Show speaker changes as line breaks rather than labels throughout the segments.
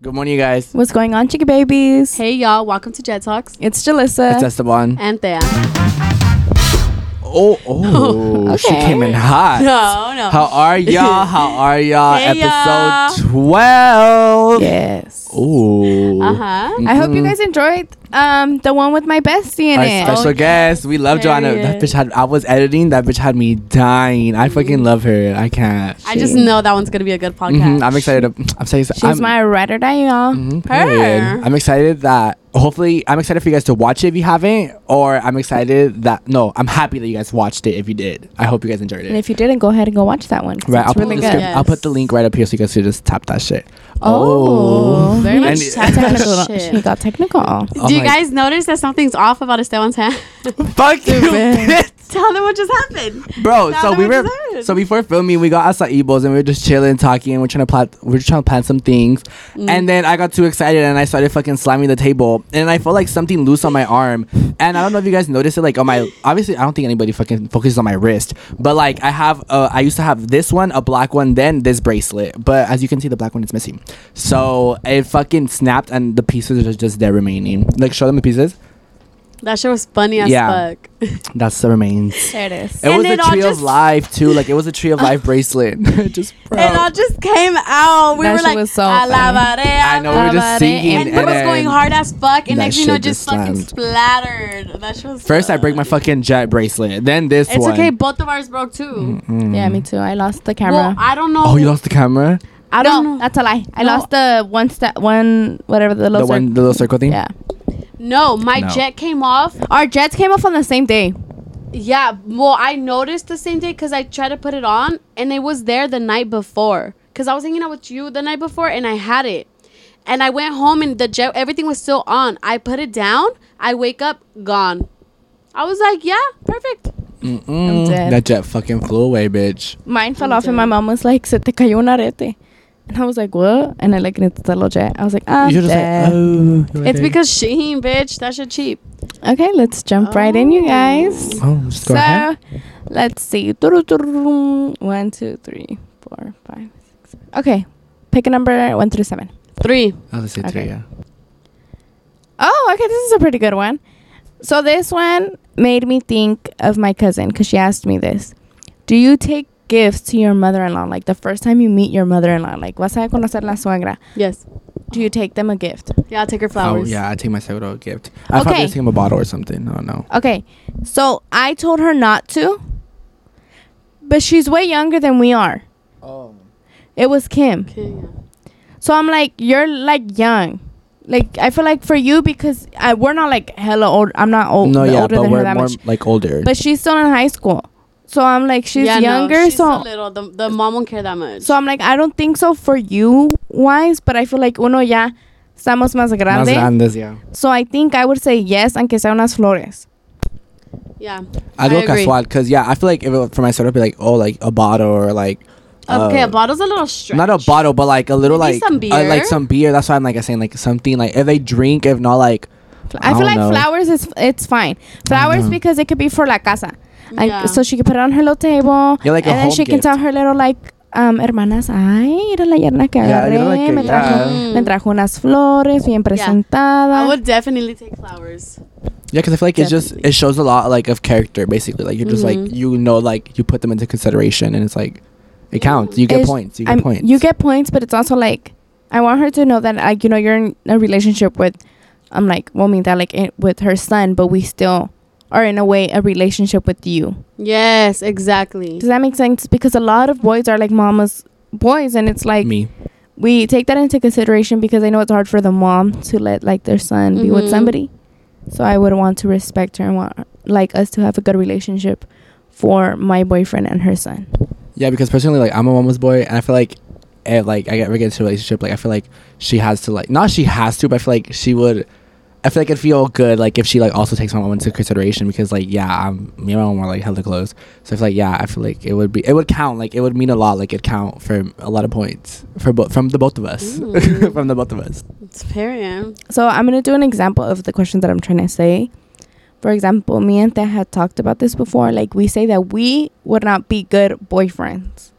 Good morning, you guys.
What's going on, Chicky Babies?
Hey y'all, welcome to Jet Talks
It's
It's Jalissa.
Esteban.
and Thea.
Oh, oh, she
Okay.
came in hot.
No, no.
How are y'all? How are y'all?
Hey,
Episode twelve.
yes.
Oh. Ooh.
Uh huh.
I hope you guys enjoyed um the one with my bestie in
Our
it.
special guest. We love Joanna. That
Period.
bitch had. I was editing. That bitch had me dying. I fucking love her. I can't.
I just know that one's gonna be a good
Mhm,
podcast.
Mm-hmm. I'm excited. to- I'm excited.
She's my ride or die, y'all.
Mhm, period.
Her.
I'm excited that hopefully I'm excited for you guys to watch it if you haven't, or I'm excited that no, I'm happy that you guys watched it if you did. I hope you guys enjoyed
And
it.
if you didn't, go ahead and go watch that one. 'cause
Right,
it's
I'll put,
really
the
good.
script- I'll put the
Yes.
link right up here so you guys can just tap that shit.
Oh,
Very
much
technical shit.
She got technical.
Oh
Do you
my-
guys notice that something's off about Esteban's hand?
Oh. Fuck you,
Stupid.
bitch.
Tell them what just happened.
bro.
Now
so
that
we
I'm
were
excited.
so before filming, we got acai bowls and we were just chilling, talking. We're trying to plan, we're just trying to plan some things, and then I got too excited and I started fucking slamming the table, and I felt like something loose on my arm, and I don't know if you guys noticed it, like on my obviously I don't think anybody fucking focuses on my wrist, but like I have uh, I used to have this one, a black one, then this bracelet, but as you can see, the black one is missing, so it fucking snapped, and the pieces are just there remaining. Like show them the pieces.
That shit was funny as
Yeah.
fuck.
That's the remains.
There it is.
It
And
was
it
a
all
tree of
just-
life too. Like it was a tree of life bracelet. just bro.
It all just came out. We
That
were
shit
like,
was so
"Alabaré,
funny."
I know we were just
Alabaré,
singing,
And,
and,
and it was
then
going hard as fuck, and
that
next you know,
shit
it just
just
fucking
slammed.
splattered. That shit was.
First, I break
break
my fucking jet bracelet. Then this
It's
one. Mm-hmm.
okay. Both of ours broke too.
Yeah, me too. I lost the
Well,
camera.
I don't know.
Oh, you lost the camera.
I don't
no,
know.
that's a lie. I
No.
lost the one step, one whatever the
The
little
one,
circ-
the little circle thing.
Yeah,
No, my
No.
jet came off.
our jets came off on the same day.
Yeah, well, I noticed the same day because I tried to put it on and it was there the night before. Because I was hanging out with you the night before and I had it. And I went home and the jet, everything was still on. I put it down, I wake up, gone. I was like, yeah, perfect.
Mm-mm.
I'm dead.
Mm, That jet fucking flew away, bitch.
Mine fell off, and my mom was like, "Se te cayó un arete," and I was like, "What?" And I like, and it's the little jet. I was like, "Ah,
You're just like, oh. you were
It's
there.
because Shaheen, bitch, that shit cheap.
Okay, let's jump right in, you guys.
Oh, just go
so,
ahead.
let's see. Doo-doo-doo-doo-doo. One, two, three, four, five, six. seven. Okay, pick a number one through seven.
Three.
I was gonna say three.
Okay.
Yeah.
Oh, okay, this is a pretty good one. So, this one made me think of my cousin because she asked me this Do you take gifts to your mother in law? Like the first time you meet your mother in law, like, vas a conocer la suegra.
Yes.
Do you take them a gift?
Yeah, I'll take her
Oh
flowers.
yeah, I take my pseudo gift. I probably
Okay.
take him a bottle or something. I don't know.
Okay, so I told her not to, but she's way younger than we are.
Oh.
It was Kim.
Okay, yeah.
So I'm like, you're like young. Like I feel like for you because I we're not like hella old. I'm not
Oh,
old.
No, yeah,
older
but
than her
we're
that
more
much.
like older.
But she's still in high school, so I'm like, she's
Yeah, no,
younger.
she's
so
so little. The, the mom won't care that much.
so I'm like, I don't think so for you wise, but I feel like uno ya estamos más
Más
grande.
grandes, yeah.
So I think I would say yes, aunque sea unas flores.
yeah.
I go
agree.
casual because yeah, I feel like if it, for my soda, it'd be like oh, like a bottle or like
Okay,
uh,
a bottle's a little stretch.
not a bottle, but like a little
Maybe
like
some
uh, like
beer.
some beer. That's why I'm like saying like something like if they drink, if not like
I,
I
feel
don't
like
know.
flowers is it's fine. Flowers
know.
because it could be for la casa. And
Yeah.
so she could put it on her little table.
Yeah, like a
and then
home
she can
gift.
tell her little like um hermanas, ay, era la yerna que
Yeah,
agarré,
you're like a-
me, trajo, me
yeah.
trajo unas flores bien presentada.
Mm. I would definitely take flowers.
yeah, because I feel like it's just
Definitely.
it
Mm-hmm.
shows a lot like of character basically. Like you're just like
Mhm.
you know like you put them into consideration and it's like it counts. You get
It's-
points. You get
I'm-
points.
You get points, but it's also like I want her to know that like you know you're in a relationship with I'm like well mean that like in, with her son, but we still are in a way a relationship with you.
Yes, exactly.
Does that make sense? Because a lot of boys are like mama's boys, and it's like
me.
we take that into consideration because I know it's hard for the mom to let like their son be with
Mhm.
somebody. So I would want to respect her and want like us to have a good relationship for my boyfriend and her son.
Yeah, because personally, like I'm a mama's boy, and I feel like, it, like I get we get into a relationship, like I feel like she has to like not she has to, but I feel like she would. I feel like it'd feel good, like if she like also takes my mom into consideration, because like yeah, I'm me and my mom were like hella close, so I feel like yeah, I feel like it would be it would count, like it would mean a lot, like it count for a lot of points for both from the both of us,
Mm.
from the both of us.
It's period.
So I'm gonna do an example of the question that I'm trying to say. For example, me and Thea had talked about this before. Like we say that we would not be good boyfriends.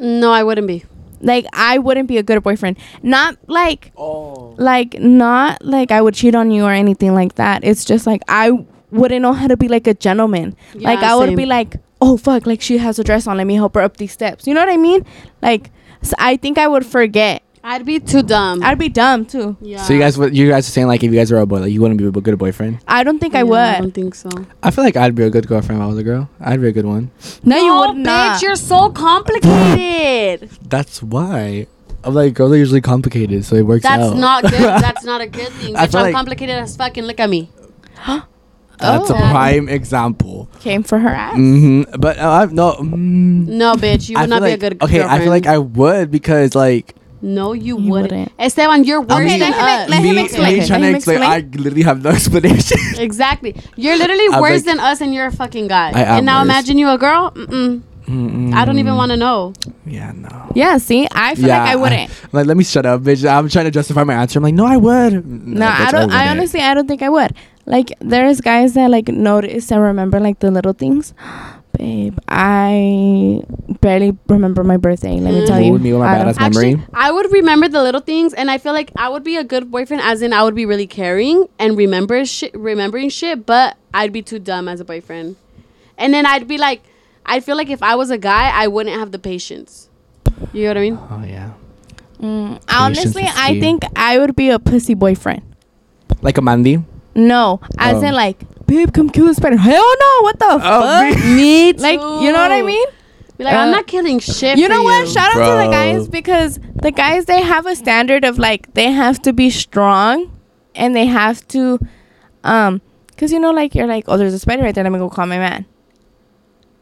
No, I wouldn't be.
Like I wouldn't be a good boyfriend. Not like
Oh.
like not like I would cheat on you or anything like that. It's just like I wouldn't know how to be like a gentleman. like
Yeah,
I would
same.
be like, oh fuck, like she has a dress on. Let me help her up these steps. You know what I mean? Like s I I think I would forget.
I'd be too dumb.
I'd be dumb too.
yeah.
So you guys, would- you guys are saying like if you guys were a boy, like you wouldn't be a good boyfriend.
I don't think
Yeah,
I
I don't
would.
think so.
I feel like I'd be a good girlfriend if I was a girl. I'd be a good one.
No, you would not.
Bitch, you're so complicated.
That's why. I'm like girls are usually complicated, so it works
That's
out.
not good. That's not a good thing.
I
Bitch,
feel
I'm
like-
complicated as fucking. Look at me.
That's a
Oh.
prime example.
Came for her ass.
hmm But uh, I've no. Mm,
No, bitch, you
I
would not
feel
be a
like-
good
Okay, I feel like
girlfriend.
I would because like
No, you,
You
wouldn't.
wouldn't.
Esteban, you're worse
mean,
than
Let him
us.
Let
me,
him explain.
me trying
Let
to
him
explain.
explain.
I literally have no explanation.
Exactly. You're literally
I'm
worse
like-
than us, and you're a fucking guy.
I Mm-hmm. am
and now
worse.
imagine you a girl. Mm-mm.
Mm-mm.
I don't even want to know.
Mm, Yeah, no.
Yeah, see, I feel like I wouldn't.
I- like, let me shut up, bitch. I'm trying to justify my answer. I'm like, no, I would. No,
no, I
bitch,
don't. I,
wouldn't.
honestly, I don't think I would. Like, there's guys that like notice and remember like the little things. Babe, I barely remember my birthday. Let me tell
Ooh,
you.
me with my
I don't-
badass mom. Memory?
Actually, I would remember the little things, and I feel like I would be a good boyfriend, as in I would be really caring and remember shit, remembering shit. But I'd be too dumb as a boyfriend, and then I'd be like, I feel like if I was a guy, I wouldn't have the patience. You know what I mean?
Oh yeah,
Mm,
Patience
honestly,
is
I
key.
think I would be a pussy boyfriend.
like a Mandy.
No, as
Oh.
in like, babe, come kill the spider. Hell no! What the fuck?
Me
Like, you know what I mean?
Be like, I'm
Uh,
not killing shit.
you know
for
what? Shout out to
Bro.
the guys because the guys they have a standard of like they have to be strong and they have to um cuz you know like you're like oh there's a spider right there let me go call my man.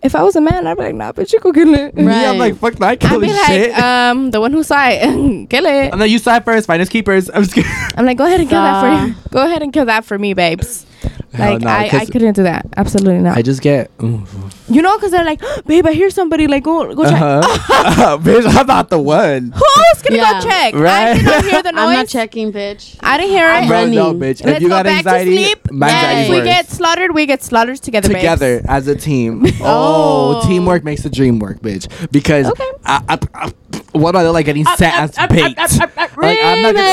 If I was a man I'd be like nah bitch you go kill it.
Right.
Yeah, I'm like fuck that
I'd
killing
be like
shit.
um the one who saw it kill it.
I'm not used to that first. Finders keepers. I'm scared.
I'm like go ahead and kill that for
Nah.
you. Go ahead and kill that for me babes. Like I, I couldn't do that. Absolutely not.
I just get. Ooh.
you know cuz they're like babe I hear somebody like go go check.
Uh-huh. bitch, I'm not the one.
Who's going to
Yeah.
go check? I
Right.
didn't hear the noise.
I'm not checking, bitch.
I didn't hear it.
I'm
Bro, no,
running.
bitch. if
Let's
you
go
got
back
anxiety,
to sleep.
my
and
anxiety's
if
Yes.
we
worse.
get slaughtered, we get slaughtered together. babes.
together as a team.
Oh.
Oh, teamwork makes the dream work, bitch. Because
Okay. Uh,
I, I, I, what are they like getting set as bait? Like, I'm not gonna-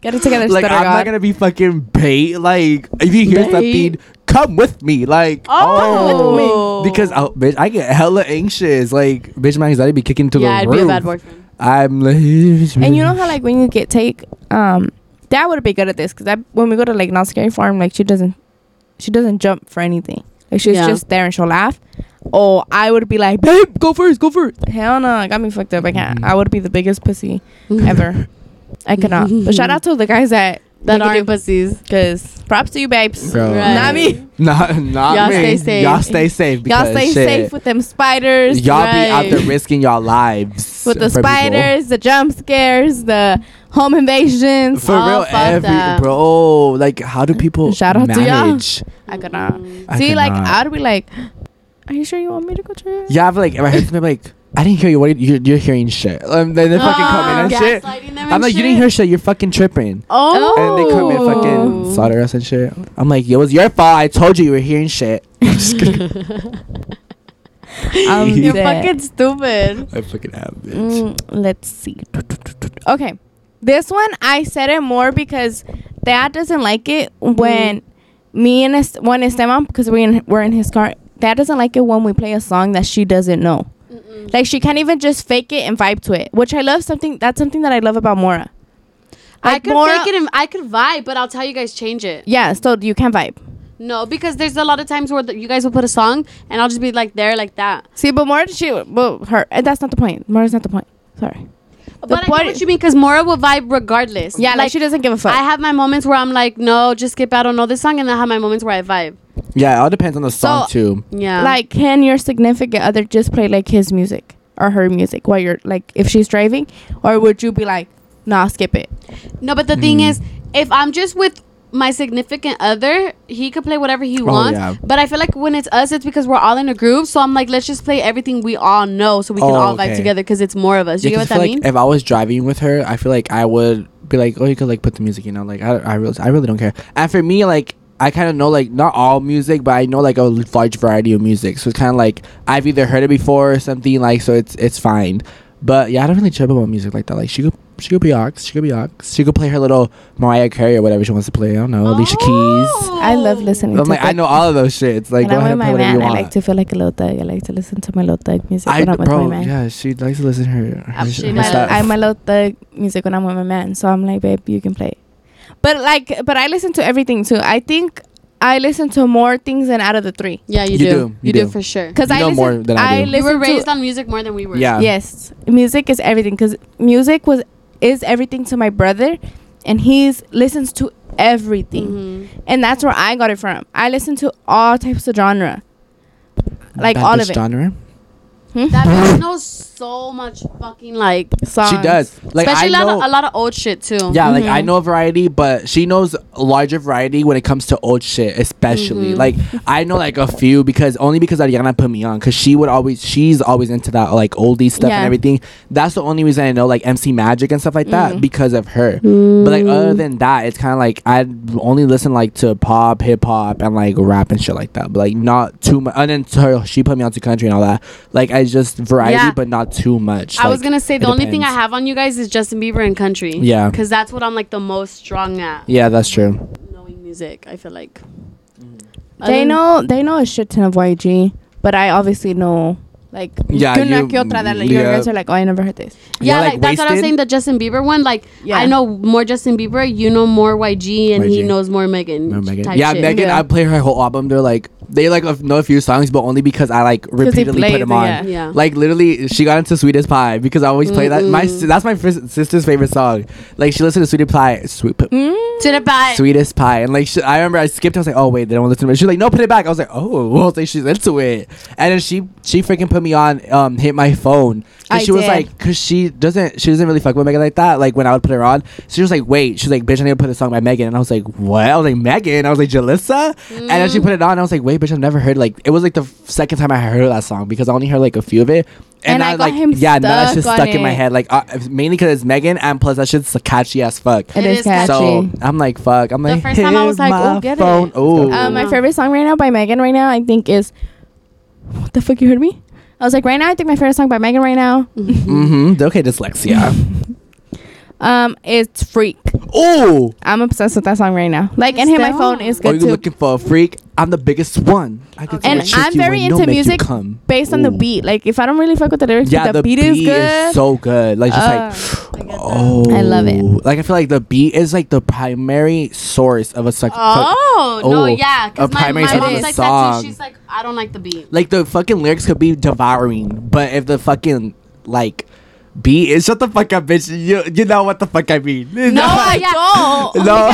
Get it together,
Like
stutter
I'm
uh, god.
not gonna be fucking bait. Like if you hear
Bait.
something, come with me. Like
Oh.
oh, because oh, bitch, I get hella anxious. Like bitch, my anxiety be kicking to
yeah,
the
I'd
roof.
be a bad boyfriend.
I'm like,
and you know how like when you get take, um, Dad would be good at this because when we go to like not scary farm, like she doesn't, she doesn't jump for anything. Like she's
Yeah.
just there and she'll laugh. Or I would be like, babe, go first, go first. Hell no, I got me fucked up. I can't.
Mm-hmm.
I would be the biggest pussy ever. I could not. But shout out to the guys that
That aren't pussies.
because props to you, babes.
Bro.
Right.
Not me.
not not
Y'all
me.
stay safe.
Y'all stay safe.
Y'all
Because
stay
shit,
safe with them spiders,
Y'all be out
Right.
there risking y'all lives
with the
for people.
spiders, the jump scares, the home invasions.
For
Oh,
real,
fuck
every
that.
bro, like how do people
Shout out to y'all.
manage?
I cannot.
I
See, like
cannot.
I'd be like, "Are you sure you want me to go try?"
yeah, I feel like if I heard something like I didn't hear you, what are you, you're, you're hearing shit. Um, they, they fucking come in Oh, and
Oh,
Ah,
shit.
gaslighting them
I'm
and
like, you didn't
shit.
hear shit. You're fucking tripping.
Oh.
And they come and fucking slaughter us and shit. I'm like, it was your fault. I told you you were hearing shit. Just kidding.
I'm
You're
You're
dead.
fucking stupid.
I fucking have it.
Mm, let's see. Okay, this one I said it more because Dad doesn't like it when
Mm-hmm.
me and es- when Esteban because we in, we're in his car. Dad doesn't like it when we play a song that she doesn't know. Like she can't even just fake it and vibe to it, which I love. Something that's something that I love about Mora.
I
Like,
could
Mora-
fake it and I could vibe, but I'll tell you guys change it.
Yeah, so you can vibe.
No, because there's a lot of times where the, you guys will put a song and I'll just be like there like that.
See, but Mora, she, well, her. eh, That's not the point. Mora's not the point. Sorry.
But I get
point-
what you mean because Mora will vibe regardless.
Yeah, like, she doesn't give a fuck.
I have my moments where I'm like, no, just skip. I don't know this song, and I have my moments where I vibe.
Yeah, it all depends on the song
So-
too.
Yeah,
like, can your significant other just play like his music or her music while you're like, if she's driving, or would you be like, nah, skip it?
no. But the thing is, if I'm just with my significant other, he could play whatever he
Oh,
wants.
yeah.
But I feel like when it's us, it's because we're all in a group. So I'm like, let's just play everything we all know, so we can
Oh,
all vibe
okay.
together because it's more of us. You
Yeah,
get
'cause
what that
I feel
mean?
like if I was driving with her, I feel like I would be like, oh, you could like put the music, you know, like I, I really, I really don't care. And for me, like I kind of know like not all music, but I know like a l- large variety of music. So it's kind of like I've either heard it before or something, like so it's it's fine. But yeah, I don't really trip about music like that. Like she could, she could be ox, she could be ox, she could play her little Mariah Carey or whatever she wants to play. I don't know, Alicia Keys.
I love listening.
I'm
to
like, I
that.
know all of those shits. Like, go
Oh. When
ahead
I'm
and
with
play
my
whatever
man,
you
I
want.
like to feel like a little thug. I like to listen to my little thug music
I
when I'm with
bro,
my man.
yeah, she likes to listen to her. her,
Up
sh-
she
her
does.
My-
stuff.
I'm a little thug music when I'm with my man. So I'm like, babe, you can play. it." But like, but I listen to everything too. I think I listen to more things than out of the three.
Yeah, you,
You
do.
do,
You
you
do
do.
for sure.
Because
You
I
know
listen,
more than I do.
We
listen
were
to-
raised on music more than we were.
Yeah.
Yes, music is everything. Cause music was is everything to my brother, and he's listens to everything,
Mhm.
and that's where I got it from. I listen to all types of genre, like
Bad
all
bitch
of it.
genre.
Hmm?
That bitch knows so much fucking like,
She
Songs.
does. Like
especially
I
a,
know,
lot of, a lot of old shit too.
Yeah, like I
Mhm.
know variety, but she knows a larger variety when it comes to old shit, especially.
Mhm.
Like I know like a few because only because Ariana put me on because she would always she's always into that like oldie stuff
Yeah.
and everything. That's the only reason I know like MC Magic and stuff like that
Mm.
Mhm.
because of her. But like other than that, it's kind of like I only listen like to pop, hip hop, and like rap and shit like that. But like not too much. And then to her, she put me on to country and all that. Like I just variety,
Yeah.
but not too much.
I was
Like,
gonna say
it
the only thing I
depends.
have on you guys is Justin Bieber and country.
Yeah.
Because that's what I'm like the most strong at.
Yeah, that's true.
Knowing music, I feel like.
They know they know a shit ton of YG, but I obviously know like
Yeah,
que una
you-
que otra that like,
yeah.
you guys are like, oh, I never heard this.
Yeah,
Yeah,
like,
like
that's what I was
Wasted?
saying. The Justin Bieber one, like
Yeah.
I know more Justin Bieber, you know more YG, and he
YG.
knows more Megan.
Remember Megan?
type
Yeah,
shit.
Megan.
Yeah.
I play her whole album. They're like they like of- know a few songs, but only because I like
he
repeatedly put
plays
them
it,
on.
yeah.
Yeah.
Like literally, she got into Sweetest Pie because I always play that. My
Mm-hmm.
si- that's my fris- sister's favorite song. Like she listened to Sweetest Pie, sweet, p-
to the back.
Sweetest Pie, and like she, I remember I skipped. I was like, oh wait, they don't listen to it. She's like, no, put it back. I was like, oh, well, like she's into it. And then she she freaking put me on. Um, hit my phone. 'Cause
I
she was
did.
like, cause she doesn't she doesn't really fuck with Megan like that. Like when I would put her on, she was like, wait, she's like, bitch, I need to put a song by Megan. And I was like, what? I was like, Megan. I was like, Jalissa. And then
Mm.
she put it on. And I was like, wait, bitch, I've never heard like it was like the f- second time I heard that song because I only heard like a few of it.
And I
now,
got
like
him
yeah, now it's
stuck
just
on
stuck in my
it.
head. Like uh, mainly because it's Megan, and plus that shit's catchy as fuck.
It
it is,
is
catchy.
So I'm like, fuck. I'm
The
like,
first time I
"Here's
was like,
my
oh, get it."
phone. Ooh.
Uh, my
Wow.
favorite song right now by Megan right now I think is what the fuck you heard me? I was like right now I think my favorite song by Megan right now
mm-hmm. Okay, dyslexia.
um it's Freak.
Ooh.
I'm obsessed with that song right now. Like and
It's
hit my
that
phone
one.
is
Are
good
Oh, you
too.
looking for a freak? I'm the biggest one. I can
Okay.
and
Like,
trick
I'm
you
very
and no
into
make you
music
come.
based on the
Ooh.
beat. Like if I don't really fuck with the lyrics,
Yeah,
but the, beat, is good. uh,
so good. Like just like, oh,
I love it.
Like I feel like the beat is like the primary source of a suck. fuck-
Oh, no,
Oh,
yeah.
a
Because my,
primary
my
source of
mom's
the
like that
song.
too. She's like, I don't like the beat.
like the fucking lyrics could be devouring, but if the fucking like beat is shut the fuck up, bitch. You you know what the fuck I mean?
no, I
Like,
don't.
Oh
no.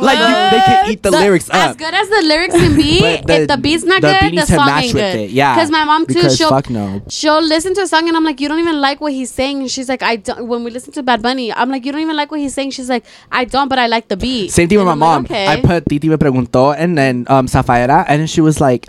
like you, they can eat the,
The-
lyrics up.
As good as the lyrics can be,
But
if the beat's not
the beat
good, the
needs to
song
match
ain't
with
good.
it, Yeah,
Because my mom too,
Because
she'll
fuck no.
she'll listen to a song and I'm like, you don't even like what he's saying. And she's like, I don't. When we listen to Bad Bunny, I'm like, you don't even like what he's saying. She's like, I don't, but I like the beat.
Same thing with
And
my
I'm
mom.
like, okay.
I put Titi me preguntó and then um Safaira and then she was like,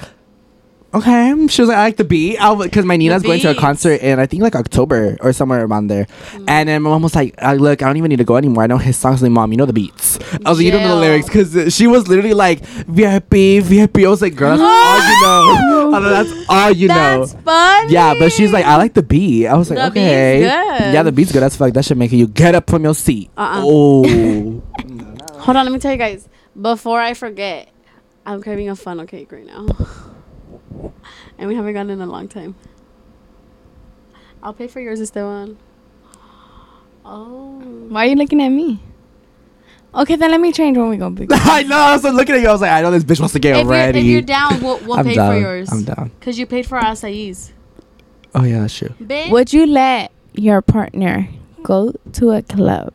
okay. She was like, I like the beat. I because my Nina's going to a
beat. Mm.
concert in I think like October or somewhere around there. And then my mom was like, I, look, I don't even need to go anymore. I know his songs. Like, mom, you know the beats. I was like, you don't know the
Jail.
lyrics because she was literally like VIP, VIP. I was like, girl, that's all you know. I know that's all you know.
That's fun.
Yeah, but she's like, I like the beat. I was like,
The beat's
okay.
good.
Yeah, the beat's good as fuck. That should make you get up from your seat.
Uh-uh.
Oh.
Hold on, let me tell you guys. Before I forget, I'm craving a funnel cake right now. And we haven't gotten it in a long time. I'll pay for yours, Esteban. Oh.
Why are you looking at me? Okay, then let me change when we go. big.
I know. I was like, looking at you. I was like, I know this bitch wants to get
If you're,
ready.
if you're down, we'll, we'll
I'm
pay
down.
for yours.
I'm down.
Because you paid for our acais.
Oh yeah, that's true.
Bitch.
Would you let your partner go to a club?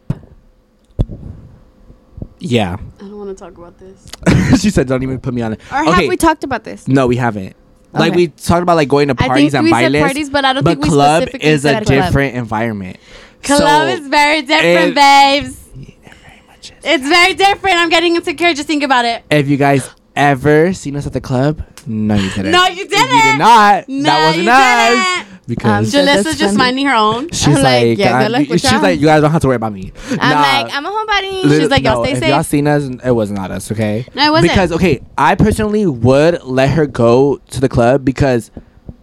Yeah,
I don't want to talk about this.
she said, don't even put me on it.
Or
okay,
have we talked about this?
no, we haven't. Like
Okay.
we talked about like going to
I think
parties and
we said
bailes,
parties, but I don't
but
think we
club
specifically
is a
said club.
different environment.
Club
So-
is very different,
it-
babes.
Very much is.
It's very different. I'm getting insecure. Just think about it.
If you guys ever seen us at the club, no, you didn't.
No, you didn't.
You did not.
No,
that wasn't
you
us.
didn't. Um,
Because
Said that's
Jalissa's just
funny.
minding her own.
she's
I'm
like,
like, yeah,
uh,
good luck
you-
with
she's
y'all.
like, you guys don't have to worry about me.
I'm
Nah.
like, I'm a homebody.
Lit-
um, She's like, y'all stay
if
safe.
Y'all seen us? It was not us, okay?
No, it wasn't.
Because okay, I personally would let her go to the club because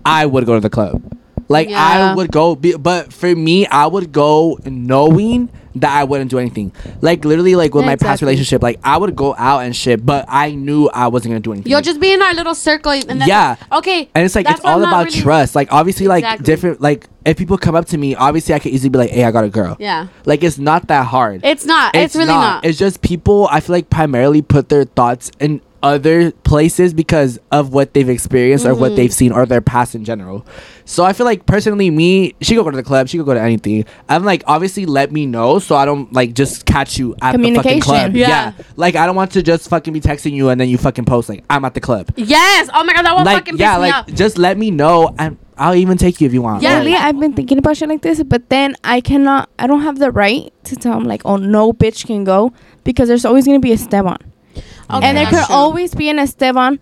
I would go to the club. Like I
Yeah.
would go, be, but for me, I would go knowing that I wouldn't do anything. Like literally, like with my past
Exactly.
relationship, like I would go out and shit, but I knew I wasn't gonna do anything.
You'll just be in our little circle, and then
Yeah.
okay.
and it's like
that's
it's
why I'm
all
not
about
really-
trust. Like obviously, like
Exactly.
different. Like if people come up to me, obviously I could easily be like, "Hey, I got a girl."
Yeah.
Like it's not that hard.
It's not. It's, really not.
It's just people. I feel like primarily put their thoughts in other places because of what they've experienced or
Mm-hmm.
what they've seen or their past in general. So I feel like personally, me, she could go to the club, she could go to anything. I'm like, obviously, let me know so I don't like just catch you at the fucking
Communication.
club.
Yeah.
Like I don't want to just fucking be texting you and then you fucking post like I'm at the club.
yes. Oh my god, that one
like
fucking pissed
yeah,
me
like
off.
just let me know and I'll even take you if you want.
Yeah.
Like,
Lately, I've been thinking about shit like this, but then I cannot. I don't have the right to tell him like, "Oh, no, bitch can go," because there's always gonna be a Esteban,
Okay,
and there
that's
could
true.
always be an Esteban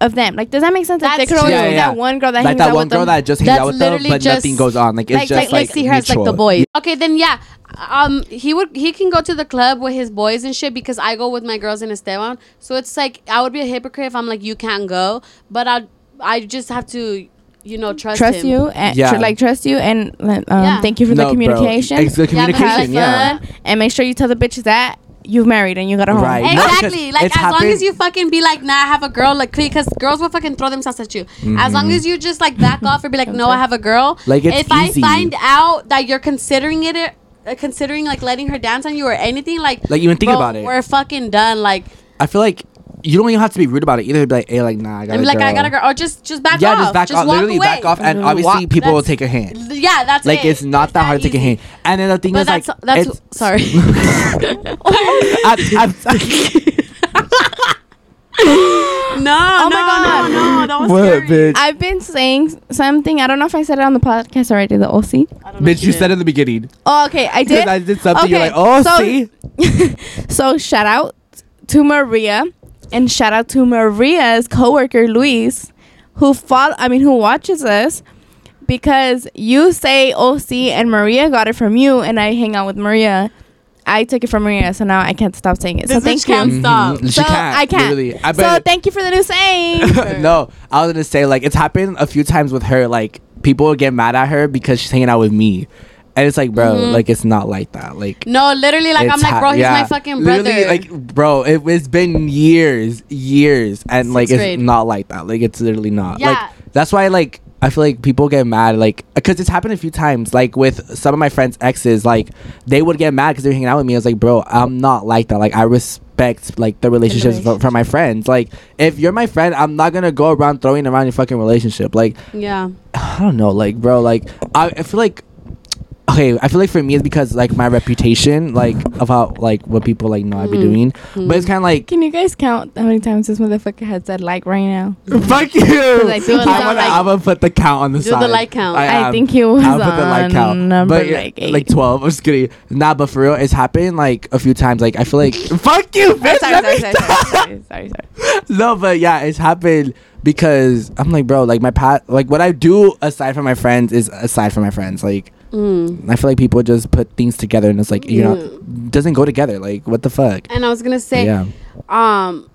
of them. Like, does that make sense? Like, there
That's
could always
true.
be
Yeah, yeah.
that one girl that
like
hangs
that
out
one
with
girl
them.
that just hangs
That's
out with them,
literally
but
just-
nothing goes on. Like it's
like,
just
like,
like,
like see her as like the
mutual.
boys. Okay, then yeah, um, he would he can go to the club with his boys and shit because I go with my girls in Esteban. So it's like I would be a hypocrite if I'm like you can't go, but I I just have to you know trust
trust
him.
you and
Yeah.
tr- like trust you and um,
Yeah.
thank you for the
No, bro.
communication.
It's the
Yeah, but have
communication, yeah.
fun and make sure you tell the bitches that you've married and you got a home.
Right. No, because
Exactly. like as
it's
long
happened-
as you fucking be like, nah, I have a girl, like, because girls will fucking throw themselves at you. As long as you just like back off or be like, no, I have a girl.
Mm-hmm. Like, it's
if
easy.
I find out that you're considering it, uh, considering like letting her dance on you or anything, like,
Like, even think
bro,
about it.
we're fucking done. Like,
I feel like you don't even have to be rude about it either. Be like, hey, like, nah, I got
I'm
a
like,
girl.
I got a girl, or just just back
Yeah,
off,
just back off.
walk
Literally
away.
back off, and
Mhm.
obviously
Walk.
people will
That's-
take a hand.
Yeah, that's
Like
it.
it's not that hard to take a
easy.
hand. And then the thing
But
is, like,
that's that's
it's,
sorry.
I, I'm sorry.
no, Oh no,
God.
no, no, that was
what,
scary.
bitch?
I've been saying something. I don't know if I said it on the podcast already. The OC.
I don't know if
bitch, you
did.
said in the beginning
Oh, okay. I
because
did.
I did something. You're
Okay,
like, oh,
so-
see,
so shout out to Maria and shout out to Maria's coworker Luis, who follow. I mean, who watches us because you say OC and Maria got it from you, and I hang out with Maria. I took it from Maria, so now I can't stop saying it.
This
so thank
bitch can't
you.
stop.
Mhm. She
Um, so
can't,
I can't.
literally. I
so
bet-
thank you for the new saying.
no, I was gonna say like it's happened a few times with her. Like people would get mad at her because she's hanging out with me, and it's like, bro,
Mm-hmm.
like it's not like that. Like
No, literally, like I'm
it's
like,
hap-
bro, he's
yeah.
my fucking brother.
Literally, like, bro, it, it's been years, years, and like it's
Sixth grade.
not like that. Like it's literally not.
Yeah.
Like that's why like I feel like people get mad like because it's happened a few times. Like with some of my friends' exes, like they would get mad because they're hanging out with me. I was like, bro, I'm not like that. Like I respect like the relationships fro- from my friends. Like if you're my friend, I'm not gonna go around throwing around your fucking relationship. Like
yeah.
I don't know, like bro, like I, I feel like okay, I feel like for me it's because like my reputation, like about like what people like know I
Mm-hmm.
be doing, but it's kind of like
Can you guys count how many times this motherfucker has said like right now?
fuck you.
Mm-hmm. I
I'm
think he's
gonna,
on, like-
I'm gonna put the count on the
Do the
side.
like count.
I,
am.
think he was
I'll
on
put the like count.
number
but, yeah,
like eight.
like twelve. I'm just kidding. Nah, but for real, it's happened like a few times. Like I feel like fuck you, bitch. let me
sorry, sorry, sorry, sorry.
no, but yeah, it's happened because I'm like, bro, like my pat, like what I do aside from my friends is aside from my friends. Like,
Mm.
I feel like people just put things together and it's like, you know, doesn't go together. Like, what the fuck?
And I was gonna say,
Yeah.
um,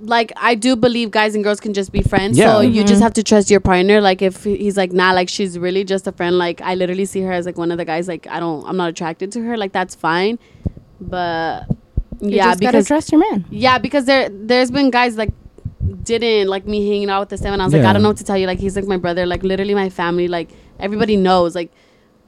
like I do believe guys and girls can just be friends.
Yeah.
So you just have to trust your partner. Like if he's like, nah, like she's really just a friend. Like I literally see her as like one of the guys. Like I don't, I'm not attracted to her. Like that's fine. But
You
yeah,
just gotta
because
trust your man.
yeah, because there there's been guys like didn't like me hanging out with this and I was like,
Yeah.
I don't know what to tell you. Like he's like my brother. Like literally my family. Like everybody knows. Like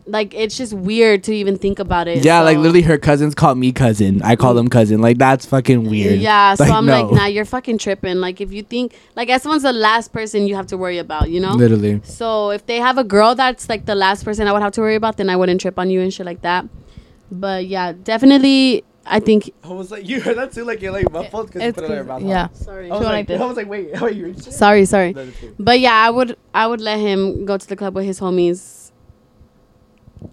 like it's just weird to even think about it.
Yeah, like
so-
literally her cousins call me cousin. I call them cousin. Like, that's fucking weird.
Yeah, so I'm
no.
like, nah, you're fucking tripping. Like, if you think, like, Esteban's the last person you have to worry about, you know?
Literally.
So if they have a girl that's like the last person I would have to worry about, then I wouldn't trip on you and shit like that. But yeah, definitely, I think.
I was like, you heard that too? Like, you're like muffled because
yeah.
Sorry.
was like this. I
was like, wait, how are you?
Oh. Sorry, sorry. But yeah, I would, I would let him go to the club with his homies.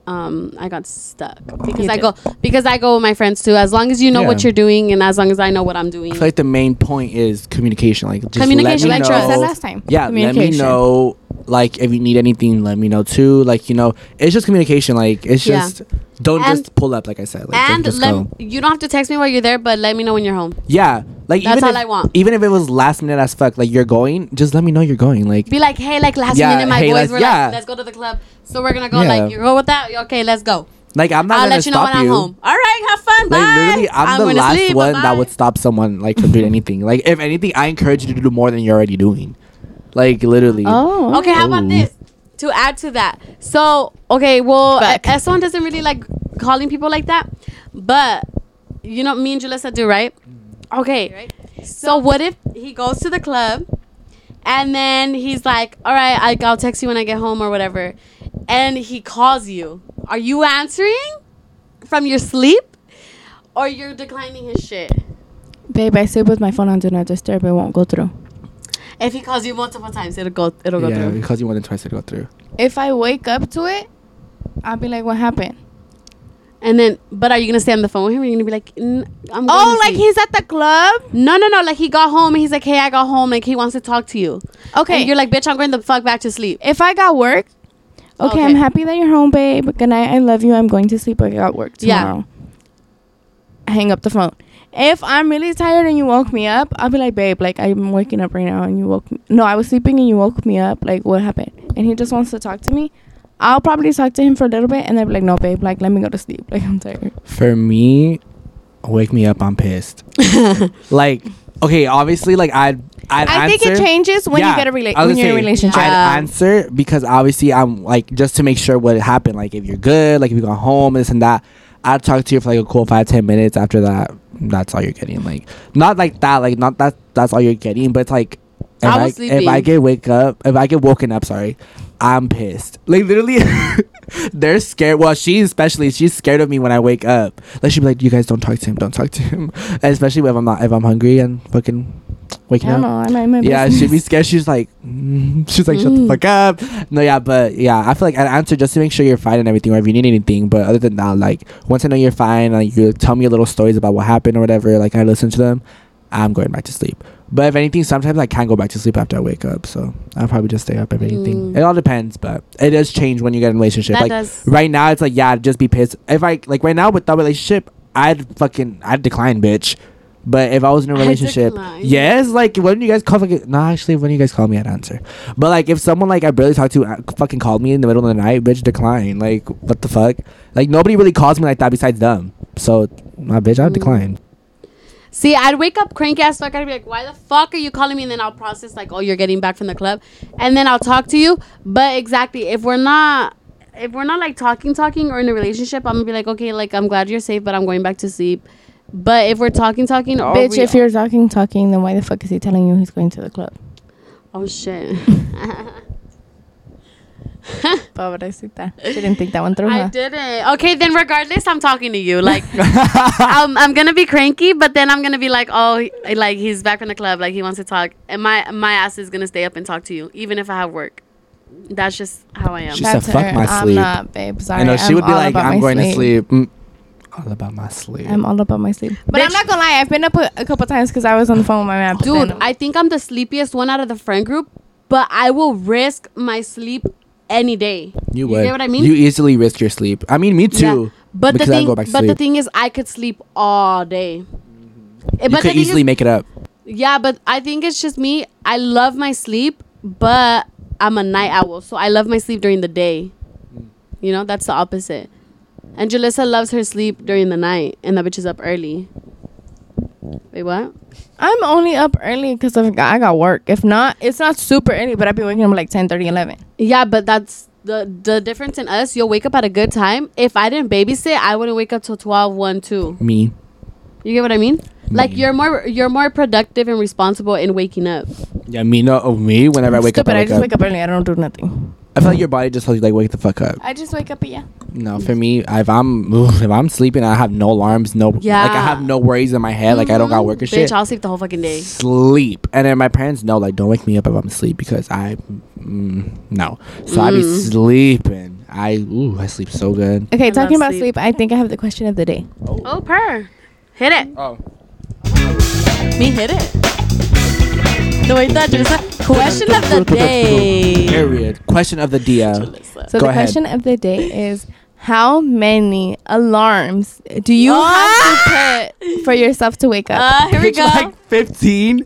Um, I got stuck because I
did.
go because I go with my friends too. As long as you know what
Yeah.
you're doing, and as long as I know what I'm doing,
I feel like the main point is communication. Like, just
Communication,
let
like
me
trust.
know.
Said last time.
Yeah, let me
Communication.
know. Like, if you need anything, let me know too. Like, you know, it's just communication. Like, it's
Yeah.
just don't
And-
just pull up. Like I said, like don't
and
just
let
go.
you don't have to text me while you're there, but let me know when you're home.
Yeah, Like
That's
even
all
if-
I want.
Even if it was last minute as fuck, like you're going, just let me know you're going. Like
Be like, hey, like last
Yeah,
minute, my
hey,
boys
let's-
were
yeah.
like, let's go to the club. So we're gonna go.
Yeah.
Like, you go with that? Okay, let's go.
like I'm not
I'll
gonna
let you know
stop
when I'm
you.
home. All right, have fun. Bye.
Like literally, I'm, the
gonna
last
sleep,
one that
bye-bye."
would stop someone like from doing anything. Like if anything, I encourage you to do more than you're already doing. Like literally.
Oh.
Okay, how about
Ooh.
this? To add to that, so okay, well,
Fuck.
as someone doesn't really like calling people like that, but you know, me and Julissa do, right? Okay, right. So what if he goes to the club, and then he's like, "All right, I, I'll text you when I get home or whatever," and he calls you. Are you answering from your sleep, or you're declining his shit?
Babe, I sleep with my phone on do not disturb. It won't go through.
If he calls you multiple times, it'll go. It'll go
yeah,
through.
because you wanted twice to go through.
If I wake up to it, I'll be like, what happened?
And then, but are you gonna stay on the phone with him? Or are you gonna be like, "N- I'm going
Oh,
to
like
sleep."
he's at the club?
No, no, no. Like he got home and he's like, "Hey, I got home. Like he wants to talk to you."
Okay.
And you're like, "Bitch, I'm going the fuck back to sleep."
if I got work, okay,
Okay.
I'm happy that you're home, babe. Good night. I love you. I'm going to sleep. I got work
Yeah.
tomorrow. Hang up the phone. If I'm really tired and you woke me up, I'll be like, babe, like I'm waking up right now and you woke me. No, I was sleeping and you woke me up. Like, what happened? And he just wants to talk to me. I'll probably talk to him for a little bit and then be like, no, babe, like let me go to sleep. Like I'm tired.
For me, wake me up. I'm pissed. like okay, obviously, like I'd I'd
I
answer.
think it changes when
Yeah,
you get a rela-
I was
when
gonna
you're in a
say,
relationship.
Yeah.
I'd answer because obviously I'm like just to make sure what happened. Like if you're good, like if you got home, this and that. I'd talk to you for like a cool five ten minutes. After that, that's all you're getting. Like not like that. Like not that. That's all you're getting. But it's like if
I was
I, if
sleeping.
I get wake up, if I get woken up, sorry, I'm pissed. Like literally, they're scared. Well, she especially she's scared of me when I wake up. Like she'd be like, "You guys don't talk to him. Don't talk to him." especially if I'm not if I'm hungry and fucking
I
waking
don't
up
know. I might my
yeah,
business.
she'd be scared. She's like, mm. she's like, shut the fuck up. No, yeah, but yeah, I feel like I'd answer just to make sure you're fine and everything, or if you need anything. But other than that, like once I know you're fine, like you tell me your little stories about what happened or whatever. Like I listen to them, I'm going back to sleep. But if anything, sometimes I can go back to sleep after I wake up, so I'll probably just stay up. If anything,
Mm.
it all depends, but it does change when you get in a relationship.
That
like
does.
right now, it's like yeah, I'd just be pissed. If I like right now with that relationship, I'd fucking I'd decline, bitch. But if I was in a
I'd
relationship,
decline.
yeah, it's like when you guys call fucking no, actually when you guys call me I'd answer. But like if someone like I barely talked to uh, fucking called me in the middle of the night, bitch decline. Like what the fuck? Like nobody really calls me like that besides them. So my bitch, I'd
Mm.
decline.
See, I'd wake up cranky as fuck. I'd be like, "Why the fuck are you calling me?" And then I'll process like, "Oh, you're getting back from the club," and then I'll talk to you. But exactly, if we're not. If we're not like talking, talking, or in a relationship, I'm gonna be like, okay, like I'm glad you're safe, but I'm going back to sleep. But if we're talking, talking, or
Bitch,
Oh,
we-
if you're talking, talking, then why the fuck is he telling you he's going to the club?
oh shit,
Pobrecita. She didn't think that one through,
I
Uh-huh.
huh?
didn't. Okay, then regardless, I'm talking to you. Like, um, I'm gonna be cranky, but then I'm gonna be like, oh, he- like he's back from the club, like he wants to talk, and my my ass is gonna stay up and talk to you, even if I have work. That's just how I am.
She said, "Fuck my
I'm
sleep."
not, babe. Sorry.
I know she
I'm
would be
all
like,
about
I'm
my
going to sleep. Mm. All about my sleep.
I'm all about my sleep. But I'm
Bitch.
not gonna lie, I've been up a, a couple times because I was on the phone with my mom.
Dude, I think I'm the sleepiest one out of the friend group, but I will risk my sleep any day.
you would.
get what I mean?
You easily risk your sleep. I mean, me too.
But the
because I
thing,
go back to
but the
sleep.
thing is, I could sleep all day. Eh,
you
but the
could
thing is-
easily make it up.
Yeah, but I think it's just me. I love my sleep, but I'm a night owl, so I love my sleep during the day. You know, that's the opposite. And Jalissa loves her sleep during the night, and that bitch is up early. Wait, what?
I'm only up early because I got work. If not, it's not super early, but I've been waking up like 10, 11.
Yeah, but that's the the difference in us. You'll wake up at a good time. If I didn't babysit, I wouldn't wake up till 12, 1, 2.
Me.
You get what I mean? Like
Mm.
you're more you're more productive and responsible in waking up.
Yeah, me no oh, me whenever I wake
Stupid,
up. I,
I
wake
just
up.
wake up early. I don't do nothing.
I feel like your body just tells you like wake the fuck up.
I just wake up, yeah.
No, for me, if I'm if I'm sleeping, I have no alarms, no
Yeah. Mm-hmm.
like I have no worries in my head. Like I don't got work or
Bitch,
shit.
I'll sleep the whole fucking day.
Sleep, and then my parents know like don't wake me up if I'm asleep because I mm, no. So I be
Mm.
sleeping. I ooh I sleep so good.
Okay,
I love
talking about
sleep.
sleep, I think I have the question of the day.
Oh, purr. Hit it.
Oh,
Me hit it. The way that just question of the day.
period. Question of the dia.
So
Go
the
ahead.
question of the day is how many alarms do you have to put for yourself to wake up.
Uh, here we go.
like 15.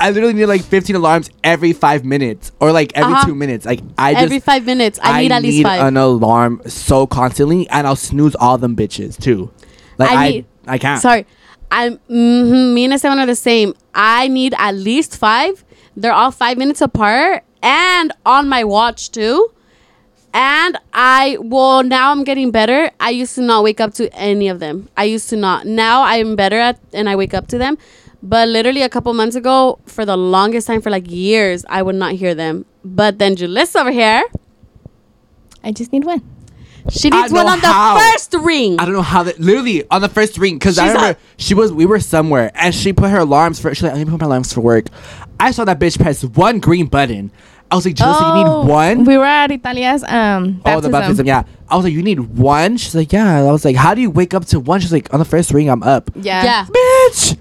I literally need like 15 alarms every five minutes or like every
Uh-huh.
two minutes. Like I just
Every five minutes, I, need at least
need
five.
an alarm so constantly, and I'll snooze all them bitches too. Like
I
I, I,
need-
can't.
Sorry, I'm. mhm, me and Esteban are the same. I need at least five. They're all five minutes apart and on my watch too. And I well now I'm getting better. I used to not wake up to any of them. I used to not. Now I'm better at and I wake up to them. But literally a couple months ago, for the longest time, for like years, I would not hear them. But then Julissa over here,
I just need one.
she
I
needs one
know
on the
how.
first ring.
I don't know how that literally on the first ring because I
She's
remember
up.
she was we were somewhere and she put her alarms for she's like I need to put my alarms for work. I saw that bitch press one green button. I was like, Jalissa, you
Oh,
need one.
We were at Italia's um baptism.
Oh, the baptism, yeah. I was like, you need one. She's like, yeah. I was like, how do you wake up to one? She's like, on the first ring, I'm up.
Yeah.
yeah,
Bitch.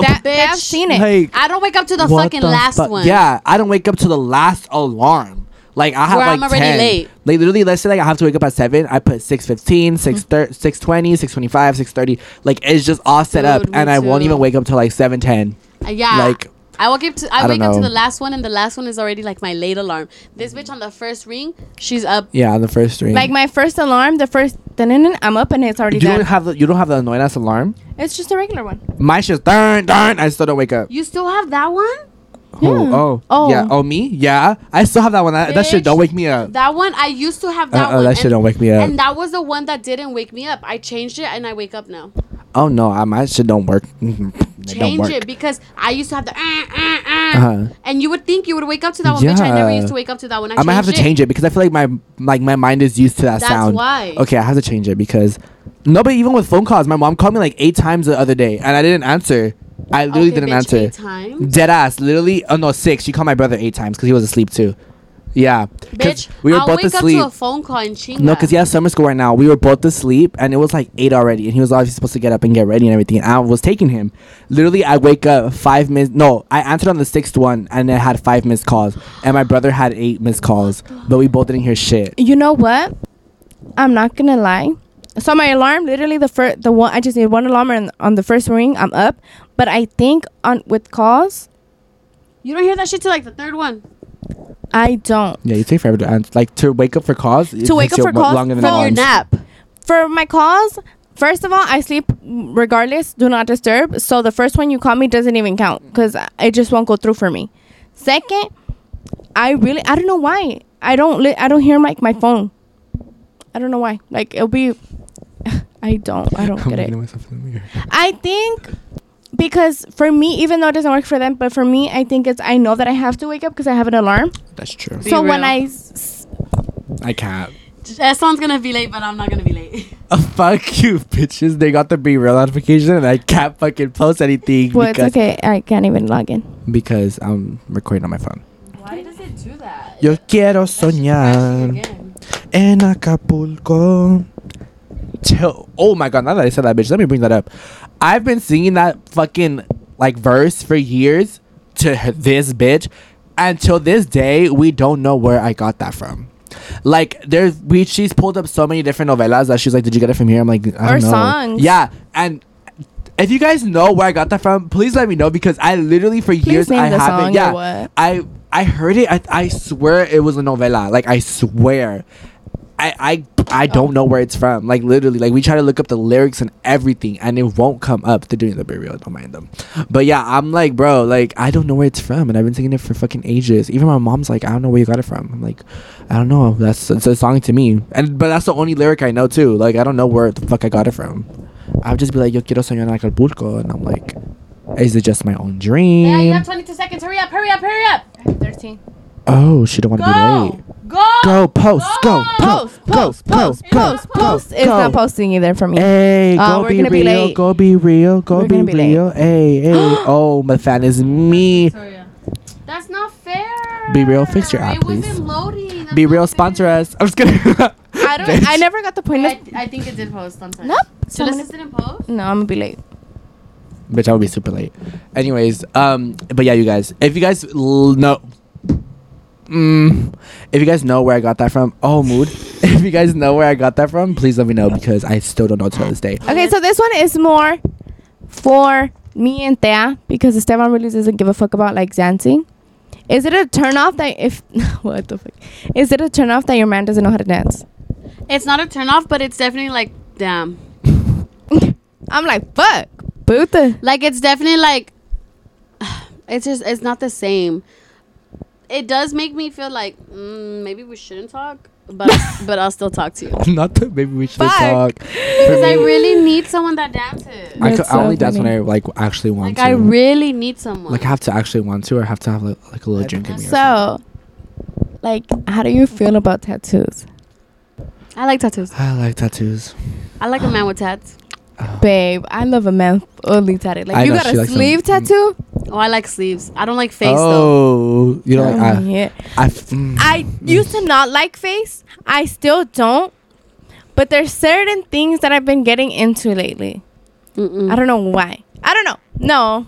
That, they have
Bitch.
seen it.
Like,
I don't wake up to the
What
fucking
the
last
fuck?
one.
Yeah, I don't wake up to the last alarm. Like I have
Where I'm
like
already
10.
late. Mm-hmm.
Like literally, let's say like I have to wake up at seven. I put 615, 630, 620, 625, 630. Like it's just all set up,
Dude, me
and I won't
too.
even wake up till like seven ten.
Uh, Yeah.
Like,
I wake up to I,
I don't
wake up to
know.
the last one and the last one is already like my late alarm. This bitch on the first ring, she's up.
Yeah, on the first ring.
Like my first alarm, the first then I'm up and it's already
you don't
done.
have the you don't have the annoying ass alarm.
It's just a regular one.
My shit's darn darn. I still don't wake up.
You still have that one?
Oh,
Yeah.
oh
Oh.
yeah oh me yeah. I still have that one. That, that
Bitch.
shit don't wake me up.
That one I used to have that
Uh-uh,
one.
that shit
and-
don't wake me up.
And that was the one that didn't wake me up. I changed it and I wake up now.
oh no, I, my shit don't work. It don't
Change
work.
it because I used to have the uh, uh, uh,
Uh-huh.
and you would think you would wake up to that one, bitch. I never
Yeah.
used to wake up to that one. I,
I might have to change it because I feel like my like my mind is used to that
That's
sound.
why.
Okay, I have to change it because no, but even with phone calls, my mom called me like eight times the other day and I didn't answer. I literally
Okay,
didn't
bitch,
answer.
eight times?
Dead ass. Literally, oh no, six. She called my brother eight times because he was asleep too. Yeah, 'Cause
Bitch,
we were
I'll
both
wake
asleep.
up to a phone call and chinga.
no, because he has summer school right now. We were both asleep and it was like eight already, and he was obviously supposed to get up and get ready and everything. And I was taking him. Literally, I wake up five minutes. No, I answered on the sixth one and I had five missed calls, and my brother had eight missed calls, but we both didn't hear shit.
You know what? I'm not gonna lie. So my alarm, literally the first, the one I just need one alarm on, on the first ring. I'm up, but I think on with calls,
You don't hear that shit till like the third one.
I don't.
Yeah, you take forever to answer. Like to wake up for calls. it
To wake
takes
up
you
for
mo-
calls
longer than
from
Your
alarms.
nap.
For my calls, first of all, I sleep regardless, do not disturb. So the first one you call me doesn't even count because it just won't go through for me. Second, I really I don't know why I don't li- I don't hear my my phone. I don't know why. Like it'll be. I don't. I don't
I'm
get it.
looking at myself in the mirror.
I think because for me, even though it doesn't work for them, but for me, I think it's I know that I have to wake up because I have an alarm.
That's true.
so when
real.
I s-
I can't.
Eston's gonna be late, but I'm not gonna be late.
Uh, fuck you, bitches. They got the be real notification, and I can't fucking post anything
well, it's
because
okay. I can't even log in.
because I'm recording on my phone.
Why does it do that?
Yo quiero soñar en Acapulco. Chill. Oh my god! Now that I said that, bitch, let me bring that up. I've been singing that fucking like verse for years to her- this bitch. Until this day, we don't know where I got that from. Like there's we she's pulled up so many different novelas that she's like, did you get it from here? I'm like, I
Or
don't know.
songs.
Yeah, and if you guys know where I got that from, please let me know because I literally for years
name
I
the
haven't.
song or
yeah,
what.
I I heard it. I, I swear it was a novela. Like I swear, I I
Oh.
I don't know where it's from. Like literally, like we try to look up the lyrics and everything, and it won't come up. They're doing the burial. Don't mind them. But yeah, I'm like, bro, like I don't know where it's from, and I've been singing it for fucking ages. Even my mom's like, I don't know where you got it from. I'm like, I don't know. That's it's a song to me, and but that's the only lyric I know too. Like I don't know where the fuck I got it from. I'll just be like, yo quiero soñar en Acapulco, and I'm like, is it just my own dream?
Yeah, you have 22 seconds. Hurry up, hurry up, hurry up.
Thirteen.
Oh, she don't want to be late.
Go. Go.
Go post, go,
Post, post, post, post, post. It's
go. Eh,
not posting either for me.
Hey,
Oh,
go
we're
be
gonna be
real,
late.
go be real, go
We're
be,
gonna be late.
real. Hey, hey. oh, my fan is me.
That's not fair.
Be real, fix your app,
It wasn't
please.
loading. That's
Be
not
real,
fair.
sponsor us. I'm just kidding.
I don't. I never got the point
I,
of.
I think it did post sometimes.
Nope.
So
Someone-
this didn't post?
No, I'm gonna be late.
Bitch, I would be super late. Anyways, um, but yeah, you guys, if you guys l- know, mm, if you guys know where I got that from, oh mood. if you guys know where I got that from, please let me know because I still don't know till this day.
Okay, so this one is more for me and Thea, because Esteban really doesn't give a fuck about like dancing. Is it a turn off that if what the fuck? Is it a turn off that your man doesn't know how to dance?
It's not a turn off, but it's definitely like, damn.
I'm like, fuck, Buddha.
Like it's definitely like it's just it's not the same. It does make me feel like mm, maybe we shouldn't talk, but but I'll still talk to you
Not that maybe we should
Fuck.
talk.
because I really need someone that dances.
I,
That's
cou- I
so
only dance when
funny.
I like actually want
Like I
to.
really need someone.
like I have to actually want to, or have to have like, like a little drink in me. or something.
So, like, how do you feel about tattoos,
I like tattoos.
I like tattoos.
I like a man with tats.
babe? I love a man fully tatted. Like,
I
you
know
got
she
a
likes them.
sleeve tattoo.
Oh, I like sleeves. I don't like face though.
oh, you know, like,
Oh,
I,
yeah.
I, mm,
I used to not like face. I still don't. But there's certain things that I've been getting into lately.
Mm-mm.
I don't know why. I don't know. No.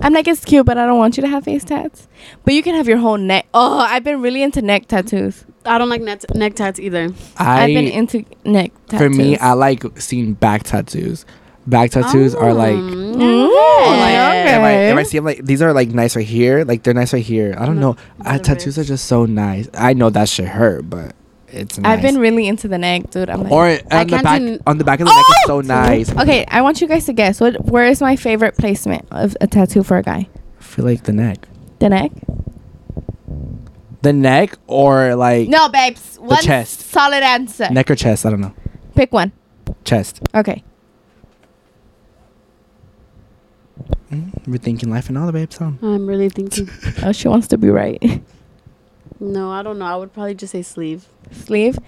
I'm like, it's cute, but I don't want you to have face tats. But you can have your whole neck. Oh, I've been really into neck tattoos.
I don't like net- neck tats either.
I
I've been into neck tattoos.
for me, I like seeing back tattoos. Back tattoos are like. oh,
Mm.
Mm,
like,
If I, if I
okay.
see them like these are like nice right here, like they're nice right here. I don't know. Uh,
they're
tattoos
rich.
are just so nice. I know that should hurt, but it's nice.
I've been really into the neck, dude. I'm like, Oh!
or on the
can't
back
do-
on the back of the neck is so nice.
okay, I want you guys to guess. What? Where is my favorite placement of a tattoo for a guy?
I feel like the neck,
The neck?
the neck or like
No, babes. One
chest.
solid answer.
neck or chest. I don't know.
Pick one.
Chest.
Okay.
Mm, we're thinking life and all the babes on.
I'm really thinking.
Oh, she wants to be right.
No, I don't know. I would probably just say sleeve.
Sleeve.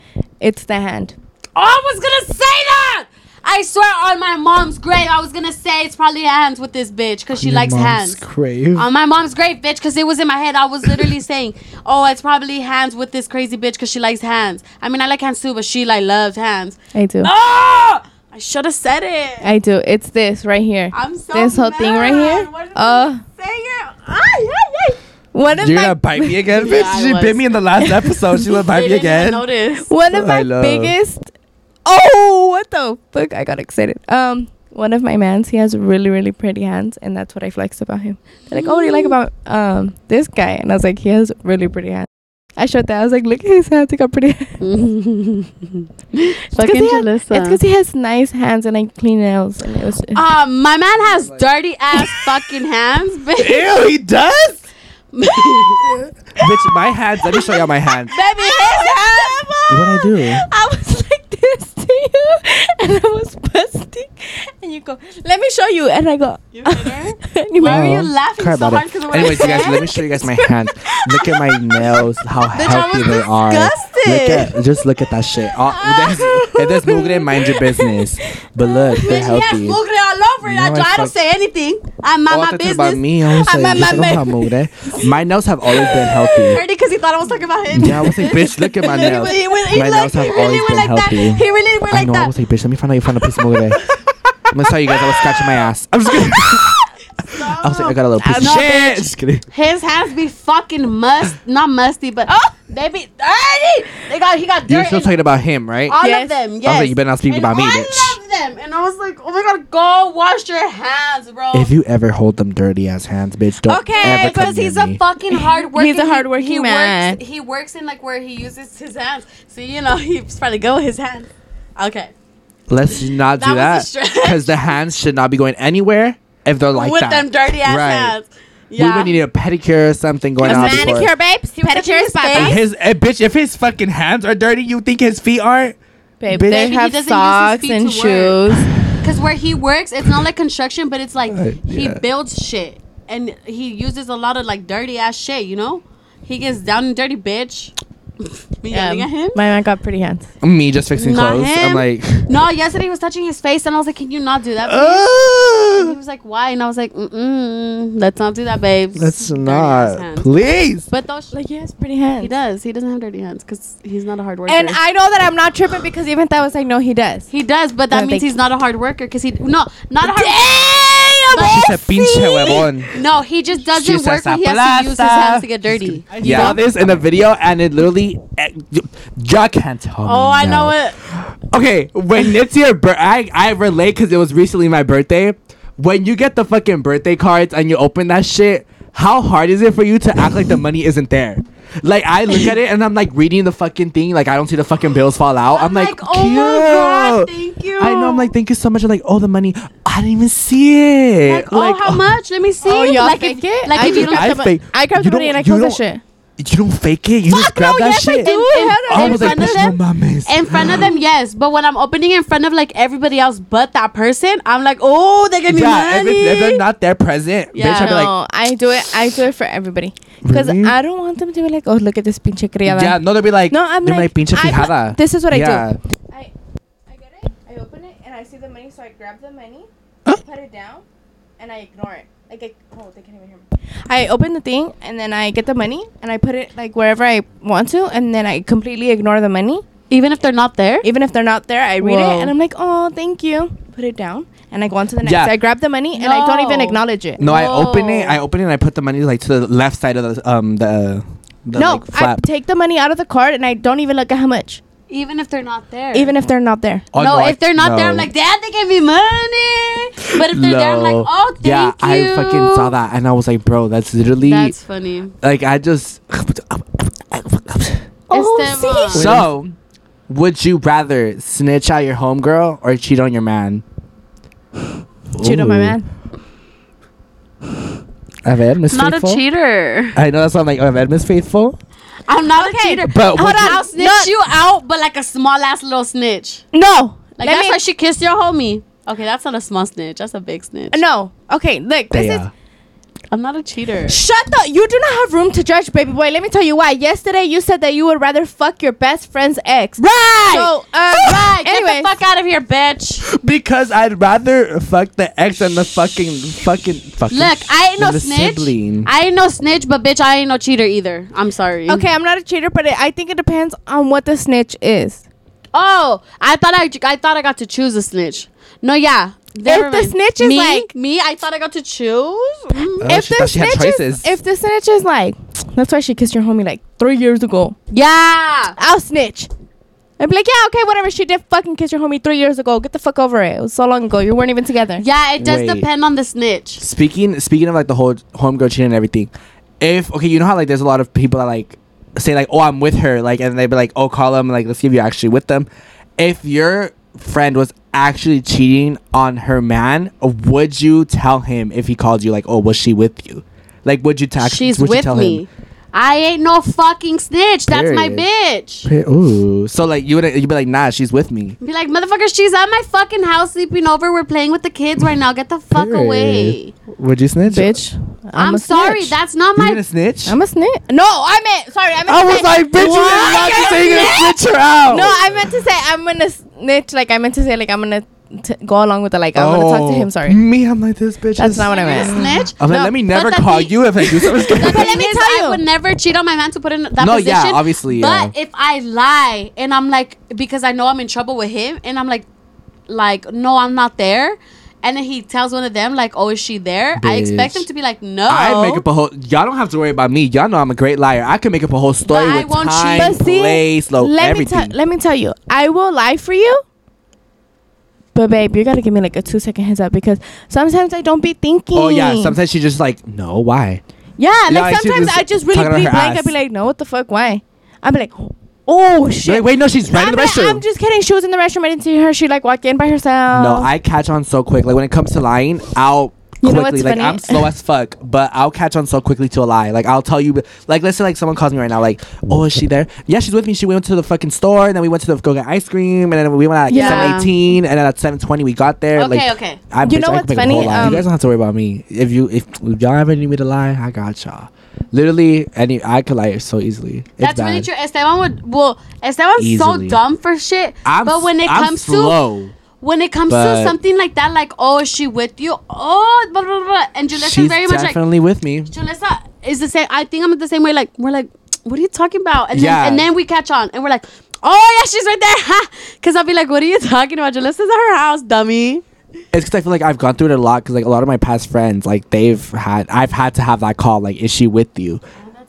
It's the hand.
Oh, I was gonna say that. I swear on my mom's grave, I was gonna say it's probably hands with this bitch because she
Your
likes
mom's
hands.
Crave.
on Uh, my mom's grave, bitch, because it was in my head. I was literally saying, "Oh, it's probably hands with this crazy bitch because she likes hands." I mean, I like hands too, but she like loves hands.
I do.
Oh, I should have said it.
I do. It's this right here.
I'm so
this whole thing right
mad.
here.
What did
Oh,
I say it? Ay, ay, ay.
one of
You're
my
gonna bite me again, bitch.
Yeah, I
she
was.
bit me in the last episode. She gonna
I
bite me
didn't even
again.
Notice.
one of
I
my
love.
biggest. Oh, what the fuck! I got excited. Um, one of my mans, he has really really pretty hands, and that's what I flexed about him. They're like, oh, what do you like about um this guy? And I was like, he has really pretty hands. I showed that. I was like, look at his hands. He got pretty. hands.
Fucking
he has- it's because
Jalissa.
he has nice hands and like clean nails, and it was.
Um, my man has dirty ass fucking hands, bitch.
Ew, he does. Bitch, my hands. Let me show y'all my hands.
Baby, his hand.
What'd I do?
I was like this to you, and I was busting, and you go, "Let me show you," and I go,
You hit her?
and you
Why
went,
are you
Oh,
laughing
cry
so
about
hard
it.
'cause of what I
Anyways, you guys,
said?
let me show you guys my hands. Look at my nails, how
Bitch, I
healthy
was
they are. Look
disgusted.
at, just look at that shit. Oh, there's, if there's mugre, mind your business. But look, they're
Bitch, he
healthy.
has mugre all over it.
No,
I, do-
I
I don't
fuck-
say anything. I mind
Oh, I thought
my
you were
business.
about me. I was
I'm
like,
a- my-
you don't have mugre. eh? My nails have always been healthy.
Heard it because he thought I was talking about him.
Yeah, I was like, bitch, look at my
He
nails.
really- he really- he
My nails
like-
have
he really
always
went
been
like that.
healthy.
He really went
I
like
know. I
that.
was like, bitch, let me find out you found a piece of mugre. I'm gonna tell you guys I was scratching my ass. I'm just kidding. I was like, I got a little piece of
No,
shit. Just kidding.
His hands be fucking must, not musty, but
Oh.
they be dirty. They got he got
You're
dirty.
still talking about him, right?
all
Yes.
of them. Yes.
I was like, you better not speak
And
about me,
all
bitch.
of them. And I was like, oh my god, go wash your hands, bro.
If you ever hold them dirty ass hands, bitch, don't
Oh. Okay,
ever come
because he's
near
a
me.
fucking hard working.
He's a hardworking
he
man.
Works, he works in like where he uses his hands, so you know he's probably go with his hands. Okay,
Let's not do
That
that
was a stretch.
because the hands should not be going anywhere if they're like
with
that.
them dirty ass
Right.
hands.
We
Yeah,
would need a pedicure or something going on. before-
babes,
was touching his
And
face.
His eh, bitch, if his fucking hands are dirty, you think his feet are? Bitch.
Babe, they
Maybe
he
have
doesn't use his
socks
feet
and
to work.
shoes.
because where he works, it's not like construction, but it's like
Uh,
he
yeah.
builds shit and he uses a lot of like dirty ass shit. You know, he gets down and dirty, bitch. Me yelling at him.
my man got pretty hands.
Me just fixing
Not
clothes.
him.
I'm like,
No, yesterday he was touching his face, and I was like, "Can you not do that?" please?" And he
oh,
was like, "Why?" And I was like, "Mm, let's not do that, babes.
that's
Dirty ass
not.
hands.
Please.
But those,
Like he has pretty hands.
he does. He doesn't have dirty hands because he's not a hard worker.
And I know that I'm not tripping because even that was like, no, he does.
he does, but
No,
that means
they-
he's not a hard worker because he no, not a hard.
She
Damn,
said, pinche huevón.
No, he just doesn't
She's
work when he has to use his
Zaplata.
hands to get dirty.
Yeah. Saw this in the video, and it literally, eh, y- y'all can't tell. me
Oh, I
now.
know it.
Okay, when it's your birthday, I, I relate because it was recently my birthday. when you get the fucking birthday cards and you open that shit, how hard is it for you to act like the money isn't there? Like I look at it and I'm like reading the fucking thing, like I don't see the fucking bills fall out. I'm, like,
oh my god,
"Cute."
thank you.
I know. I'm like, thank you so much. I'm like, oh, the money. I didn't even see it.
like, oh, how much? Let me see.
Oh, y'all
like
fake
if,
it?
Like
I
if you
do
don't.
that.
Eh, I
the mon-
fake.
I grabbed
you
the money
don't-
and I
you
closed that
don't-
shit.
You don't fake it. You
Ah,
just grab
no,
that
yes, I
shit.
do.
I
in
was like,
front of
bitch, no
them,
mames.
in front of them, yes. But when I'm opening in front of like everybody else but that person, I'm like, oh, they gave me
yeah, if,
money.
it's, if they're not there present,
Yeah.
bitch, I'd be
no,
like,
I do it. I do it for everybody because
Really?
I don't want them to be like, "Oh, look at this pinche criada."
yeah, no, they'll be like,
No, I'm
they'll be
like,
pinche
I'm-
fijada.
this is what I do.
yeah.
I, I get it. I open it and I see the money, so I grab the money, I put it down, and I ignore it. Like, I, oh, they can't even hear me. I open the thing and then I get the money and I put it like wherever I want to, and then I completely ignore the money,
Even if they're not there,
even if they're not there. I read
Whoa.
it and I'm like, oh, thank you. Put it down and I go on to the next.
Yeah.
I grab the money and I don't even
No.
acknowledge it.
No, I open it.
Whoa.
I open it. and I put the money like to the left side of the um the, the
no,
like,
I
flap.
take the money out of the card and I don't even look at how much,
even if they're not there,
even if they're not there.
Oh,
no,
I-
if they're not there, I'm
no.
like, Dad, they gave me money. But if they're there, I'm like,
No.
oh, thank
yeah,
you.
I fucking saw that, and I was like, bro, that's literally
That's funny.
like I just.
Esteban.
Oh, see?
so, would you rather snitch out your homegirl or cheat on your man?
Cheat on my
Ooh.
man.
Evan, Miss
Not
Faithful.
a cheater.
I know that's why I'm like, oh, Evan, Miss Faithful.
I'm not
Okay.
a cheater.
But would
Hold
you-
on.
I'll snitch
Not-
you out, but like a small ass little snitch.
No.
Like
Let
that's
me-
why she kissed your homie. Okay, that's not a small snitch. That's a big snitch.
No. Okay, look, this
Thea.
I'm not a cheater.
is Shut the you do not have room to judge, baby boy. Let me tell you why. Yesterday you said that you would rather fuck your best friend's ex.
Right.
So uh
right.
anyways,
Get the fuck out of here, bitch.
Because I'd rather fuck the ex than the fucking fucking fucking.
Look, I ain't no
than the
snitch.
Sibling.
I ain't no snitch, but bitch, I ain't no cheater either. I'm sorry.
Okay, I'm not a cheater, but it, I think it depends on what the snitch is.
Oh, I thought I, I thought I got to choose a snitch. No, yeah. Never
If the
mind.
snitch is
me,
like-
me, I thought I got to choose. Mm.
Oh, she thought she had
is,
choices.
if the snitch is like, that's why she kissed your homie like three years ago.
Yeah.
I'll snitch. I'd be like, yeah, okay, whatever. She did fucking kiss your homie three years ago. Get the fuck over it. It was so long ago. You weren't even together.
Yeah, it does
Wait.
depend on the snitch.
Speaking speaking of like the whole homegirl cheating and everything, if okay, you know how like there's a lot of people that like say like, oh, I'm with her, like, and they'd be like, oh, call them, like, let's see if you're actually with them. If your friend was actually cheating on her man, would you tell him if he called you like, oh, was she with you? Like, would you tax?
She's
would you
with
tell
me.
Him?
I ain't no fucking snitch. That's my
Period.
bitch.
Pe- Ooh. So like you would you'd be like, nah, she's with me.
Be like, motherfucker, she's at my fucking house sleeping over. We're playing with the kids right now. Get the fuck
Period.
away.
Would you snitch?
Bitch.
I'm,
a
sorry.
snitch.
That's not
You
my.
gonna snitch?
I'm a snitch. No, I meant sorry. I meant.
I
to
was
say-
like, bitch, you didn't
What?
like to say you're
Snitch?
gonna snitch her out.
No, I meant to say I'm gonna snitch. Like I meant to say like I'm gonna t- go along with it. Like I'm gonna
Oh,
talk to him. Sorry,
Me, I'm like this bitch.
that's
is-
not what I
You're
meant.
gonna snitch.
I'm like,
No,
let me
but
never
the
call
thing-
you if I do something.
The
stupid.
But let
thing
me
is,
tell you.
I would never cheat on my man to put in that
No,
position.
yeah, obviously, yeah.
But if I lie and I'm like, because I know I'm in trouble with him, and I'm like, like, no, I'm not there. And then he tells one of them, like, oh, is she there? I expect
Bitch.
him to be like, no.
I make up a whole. Y'all don't have to worry about me. Y'all know I'm a great liar. I can make up a whole story
But I
with
won't cheat.
time,
But see,
place, lo-
let
everything.
me tell. Let me tell you. I will lie for you. But babe, you gotta give me like a two second heads up because sometimes I don't be thinking.
oh yeah, sometimes she just like, no, why?
Yeah, like
Yeah, like, she
sometimes
was
I just really
talking about
be
her
blank.
ass.
I'd be like, no, what the fuck, why? I'd be like, oh shit.
Like, wait, no, she's right
I'm,
in the
like,
restroom.
I'm just kidding. She was in the restroom. I didn't see her. She like walked in by herself.
Oh.
no, I catch on so quick. Like when it comes to lying, I'll.
You know
quickly
what's
like
funny?
i'm slow as fuck but i'll catch on so quickly to a lie like i'll tell you like let's say like someone calls me right now like oh is she there yeah she's with me she went to the fucking store and then we went to the go get ice cream and then we went at like
Yeah.
718 and then at 720 we got there
Okay,
like
okay.
I,
You know
I could make up
what's
a whole
funny?
lie.
Um,
you guys don't have to worry about me if you if, if y'all ever need me to lie i got y'all literally any i could lie so easily It's
That's really
bad.
true. Esteban would well. Esteban's
Easily.
so dumb for shit.
I'm,
but when it
I'm
comes
slow.
to when it comes
but-
to something like that, like oh, is she with you? Oh, blah blah blah. And Julissa
she's
very much like
definitely with me
Julissa is the same. I think I'm the same way. Like we're like, what are you talking about? And
Yeah.
then and then we catch on and we're like, oh yeah, she's right there. Ha! Because I'll be like, what are you talking about? Julissa's at her house, dummy.
It's because I feel like I've gone through it a lot. Because like a lot of my past friends, like they've had, I've had to have that call. Like, is she with you?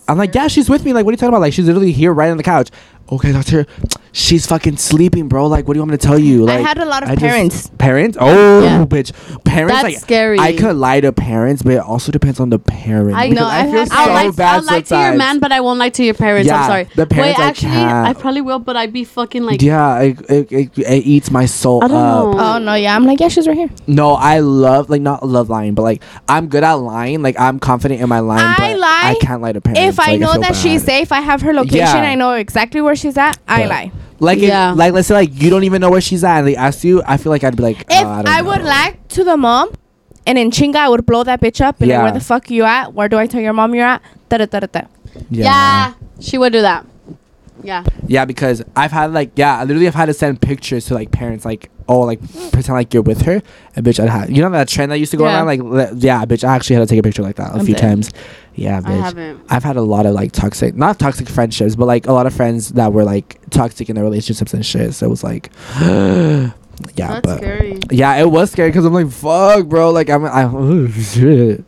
I'm like, yeah, she's with me. Like, what are you talking about? Like, she's literally here, right on the couch. okay, doctor, she's fucking sleeping, bro. Like, what do you want me to tell you? Like,
had a lot of
just-
parents.
parents? Oh,
Yeah.
bitch. Parents,
That's
like,
scary.
I could lie to parents, but it also depends on the parent.
I
because
know.
I
I
have-
feel
I'll
so
lie,
bad
I'll lie to your
sometimes.
man, but I won't lie to your parents.
Yeah,
I'm sorry.
the parents,
Wait,
I
actually,
can't.
I probably will, but I'd be fucking like,
yeah, it, it, it, it eats my soul
I don't
up.
know.
Oh no, yeah. I'm like, yeah, she's right here.
No, I love like not love lying, but like I'm good at lying. Like I'm confident in my lying.
I
but
lie
I can't lie to parents.
if I
like,
know
feel
that
bad.
she's safe, I have her location,
Yeah.
I know exactly where she's at, I
But-
lie.
like, if-
Yeah.
like let's say like you don't even know where she's at, and they ask you, I feel like I'd be like,
If
"Uh, I, don't
I, would
know."
lie to the mom and in Chinga, I would blow that bitch up and like,
Yeah.
where the fuck you at? Where do I tell your mom you're at? Da da da da da.
yeah. she would do that. Yeah.
Yeah, because I've had like yeah, I literally have had to send pictures to like parents like oh like pretend like you're with her and bitch I had you know that trend that used to go
Yeah.
around like le- yeah bitch I actually had to take a picture like that a
I'm
few
dead.
times. Yeah, bitch.
I haven't.
I've had a lot of like toxic, not toxic friendships, but like a lot of friends that were like toxic in their relationships and shit. So it was like, yeah,
That's
but
scary.
yeah, it was scary because I'm like, fuck, bro, like I'm, I'm shit.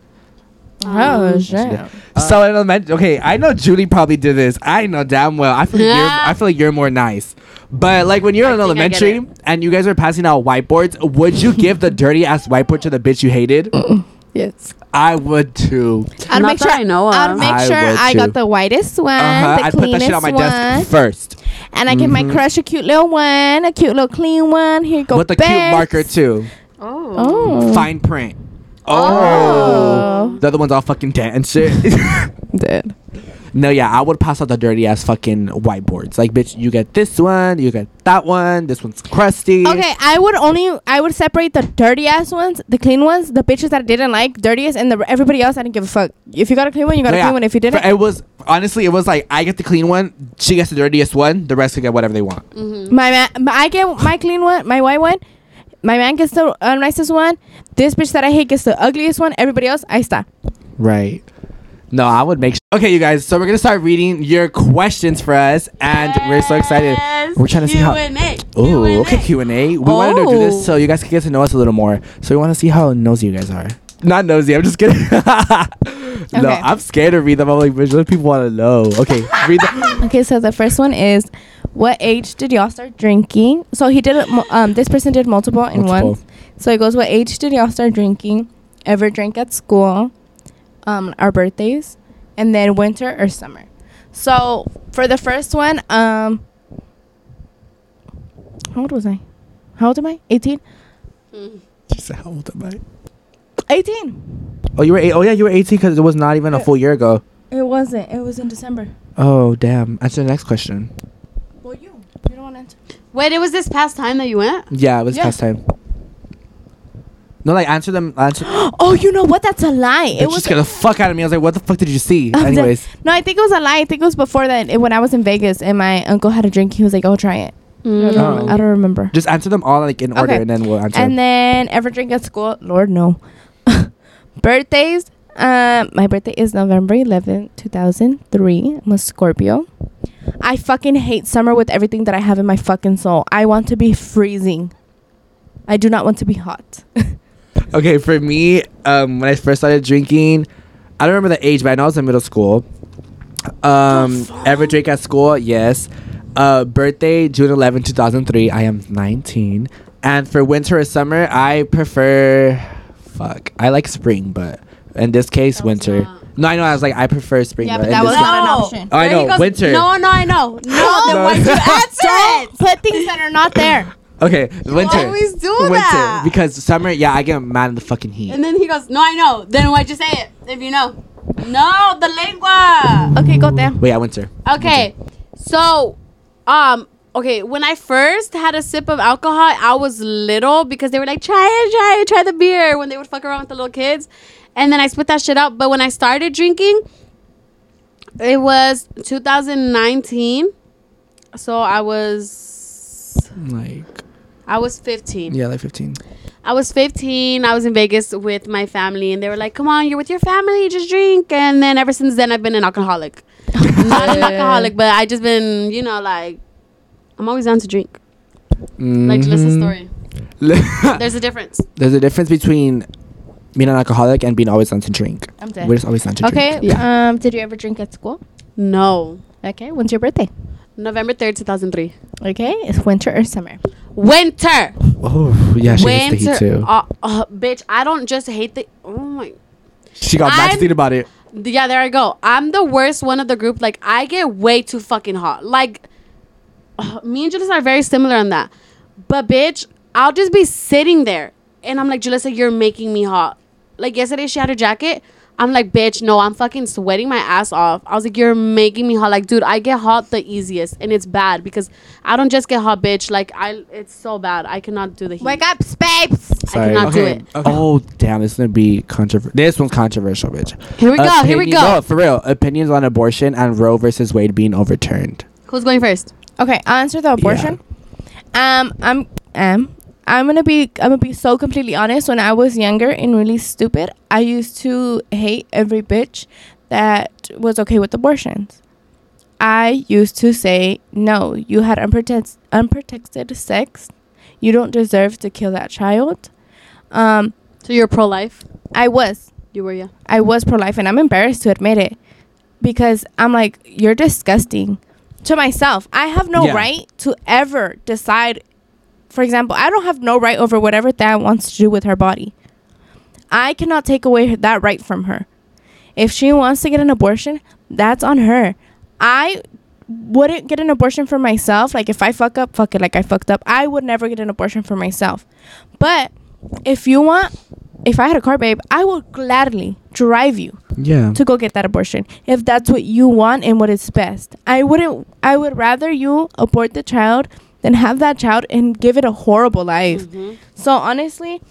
Oh, shit.
yeah. so in elementary, okay, I know Julie probably did this. I know damn well. I feel like
Yeah.
you're, I feel like you're more nice. But like when you're
I
in
think I get
elementary and you guys are passing out whiteboards, would you give the dirty ass whiteboard to the bitch you hated?
Yes.
I would too.
I'd
Not
make sure
that I know of.
I'd make
I
sure
would
I
too.
got the whitest one, the
Uh-huh. I'd put
cleanest
that shit on my
one,
desk first. Mm-hmm.
and I give my crush a cute little one, a cute little clean one. Here you go,
with the cute
babes.
marker too.
Oh.
Oh,
Fine print.
Oh.
Oh. The other one's all fucking dead and shit.
Dead.
no, yeah, I would pass out the dirty ass fucking whiteboards. Like, bitch, you get this one, you get that one, this one's crusty.
Okay, I would only I would separate the dirty ass ones, the clean ones, the bitches that I didn't like, dirtiest, and the everybody else I didn't give a fuck. If you got a clean one, you got
No,
a
yeah.
clean one. If you didn't,
It was honestly, it was like I get the clean one, she gets the dirtiest one, the rest can get whatever they want.
my man, my- I get my clean one, my white one. My man gets the uh, nicest one. This bitch that I hate gets the ugliest one. Everybody else, I stop.
Right. No, I would make. Sh- okay, you guys. So we're gonna start reading your questions for us, and we're so excited. We're trying to see how.
Q&A.
Oh, okay, Q and A. We wanted to do
Oh.
this so you guys can get to know us a little more. So we want to see how nosy you guys are. Not nosy. I'm just kidding. No,
Okay.
I'm scared to read them. I'm like, bitch, what do people want to know? Okay, read them.
Okay, so the first one is, what age did y'all start drinking? So he did. it mu- Um, this person did multiple in
Multiple.
one. So it goes, what age did y'all start drinking? Ever drink at school? Um, our birthdays, and then winter or summer. So for the first one, um, how old was I? How old am I? Eighteen.
She said, how old am I?
Eighteen.
Oh, you were eight. Oh yeah, you were 18 because it was not even a full year ago.
It wasn't. It was in December.
Oh damn. Answer the next question.
Well, you. You don't want to answer.
Wait, it was this past time that you went?
Yeah, it was
Yeah.
past time. No, like answer them. Answer.
Oh, you know what? That's a lie.
it was just gonna fuck out of me. I was like, what the fuck did you see?
I'm dead.
Anyways,
No, I think it was a lie. I think it was before that. It, when I was in Vegas and my uncle had a drink, he was like, "Oh, try it."
Mm.
I, don't
Oh.
remember. I don't remember.
just answer them all like in order,
Okay.
and then we'll answer.
And then ever drink at school? Lord, no. Birthdays. Um, my birthday is November 11, 2003. I'm a Scorpio. I fucking hate summer with everything that I have in my fucking soul. I want to be freezing. I do not want to be hot.
Okay, for me, um, when I first started drinking, I don't remember the age, but I know I was in middle school. Um, ever drink at school? Yes. Uh, birthday June 11, 2003. I am 19. And for winter or summer, I prefer. Fuck, I like spring, but in this case,
That was
winter.
not-
No, I know. I was like, I prefer spring.
Yeah,
but,
but
in
that
this
was
case-
not an option.
Oh, I
There he
know,
goes.
winter.
No, no, I know. No, then
No.
why'd you answer
Don't
it?
put things that are not there.
Okay, winter.
always do
winter.
that.
Because summer, yeah, I get mad in the fucking heat.
And then he goes, no, I know. Then why'd you say it if you know? No, the lengua.
Okay, go there.
Wait, yeah, winter.
Okay. So, um, okay, when I first had a sip of alcohol, I was little because they were like, try it, try it, try the beer when they would fuck around with the little kids. And then I spit that shit out. But when I started drinking, it was 2019. So I was
Like,
I was 15.
yeah, like 15.
I was 15. I was in Vegas with my family, and they were like, "Come on, you're with your family, just drink." And then ever since then, I've been an alcoholic. Not an alcoholic, but I just been, you know, like I'm always down to drink. Like to
Mm-hmm.
listen story.
story.
There's a difference.
Mm-hmm. There's a difference between being an alcoholic and being always on to drink.
I'm dead.
We're just always on to drink.
Okay.
Yeah.
Um, did you ever drink at school?
No,
Okay. When's your birthday?
November 3rd, 2003.
Okay, it's winter or summer.
Winter.
Oh yeah, she
Winter.
hates the heat too.
Uh, uh, bitch, I don't just hate the. Oh my.
she got mad
I'm-
to think about it.
Yeah, there I go. I'm the worst one of the group. Like, I get way too fucking hot. Like, ugh, me and Julissa are very similar on that. But, bitch, I'll just be sitting there. And I'm like, Julissa, you're making me hot. Like, yesterday she had her jacket. I'm like, bitch, no, I'm fucking sweating my ass off. I was like, you're making me hot. Like, dude, I get hot the easiest. And it's bad because I don't just get hot, bitch. Like, I, it's so bad. I cannot do the heat.
Wake up, babes.
I cannot do it.
Oh damn, this is gonna be controversial. This one's controversial, bitch.
Here we go. Here we
Opinion-
go.
No, for real. Opinions on abortion and Roe versus Wade being overturned.
Who's going first?
Okay, I'll answer the abortion. Um, I'm um, I'm gonna be I'm gonna be so completely honest. When I was younger and really stupid, I used to hate every bitch that was okay with abortions. I used to say, "No, you had unprotected unprotected sex. You don't deserve to kill that child." Um,
So you're pro life?
I was
You were, yeah.
I was pro life, and I'm embarrassed to admit it because I'm like, you're disgusting to myself. I have no
Yeah.
right to ever decide. For example, I don't have no right over whatever Thad wants to do with her body. I cannot take away her- that right from her. If she wants to get an abortion, that's on her. I wouldn't get an abortion for myself. Like if I fuck up, fuck it. Like I fucked up. I would never get an abortion for myself. But if you want, if I had a car, babe, I would gladly drive you
Yeah.
to go get that abortion if that's what you want and what is best. I wouldn't. I would rather you abort the child than have that child and give it a horrible life. So honestly,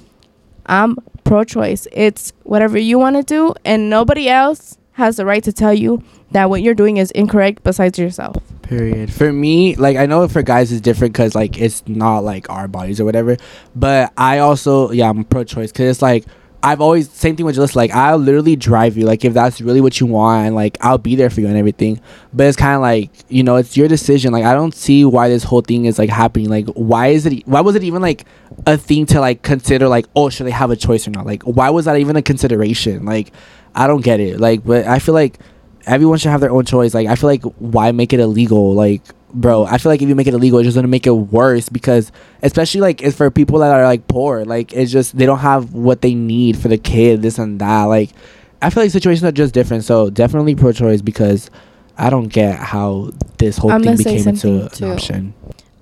I'm pro-choice. It's whatever you want to do, and nobody else has the right to tell you that what you're doing is incorrect besides yourself.
Period. For me, like I know for guys it's different because like it's not like our bodies or whatever. But I also yeah I'm pro-choice because it's like I've always same thing with just like I'll literally drive you like if that's really what you want and like I'll be there for you and everything. But it's kind of like you know it's your decision. Like I don't see why this whole thing is like happening. Like why is it why was it even like a thing to like consider like oh should they have a choice or not? Like why was that even a consideration? Like I don't get it. Like but I feel like everyone should have their own choice. Like I feel like why make it illegal? Like bro, I feel like if you make it illegal, it's just gonna make it worse because especially like it's for people that are like poor. Like it's just they don't have what they need for the kid, this and that. Like I feel like situations are just different. So definitely pro choice because I don't get how this whole
I'm
thing
gonna say
became into
something
an
too.
option.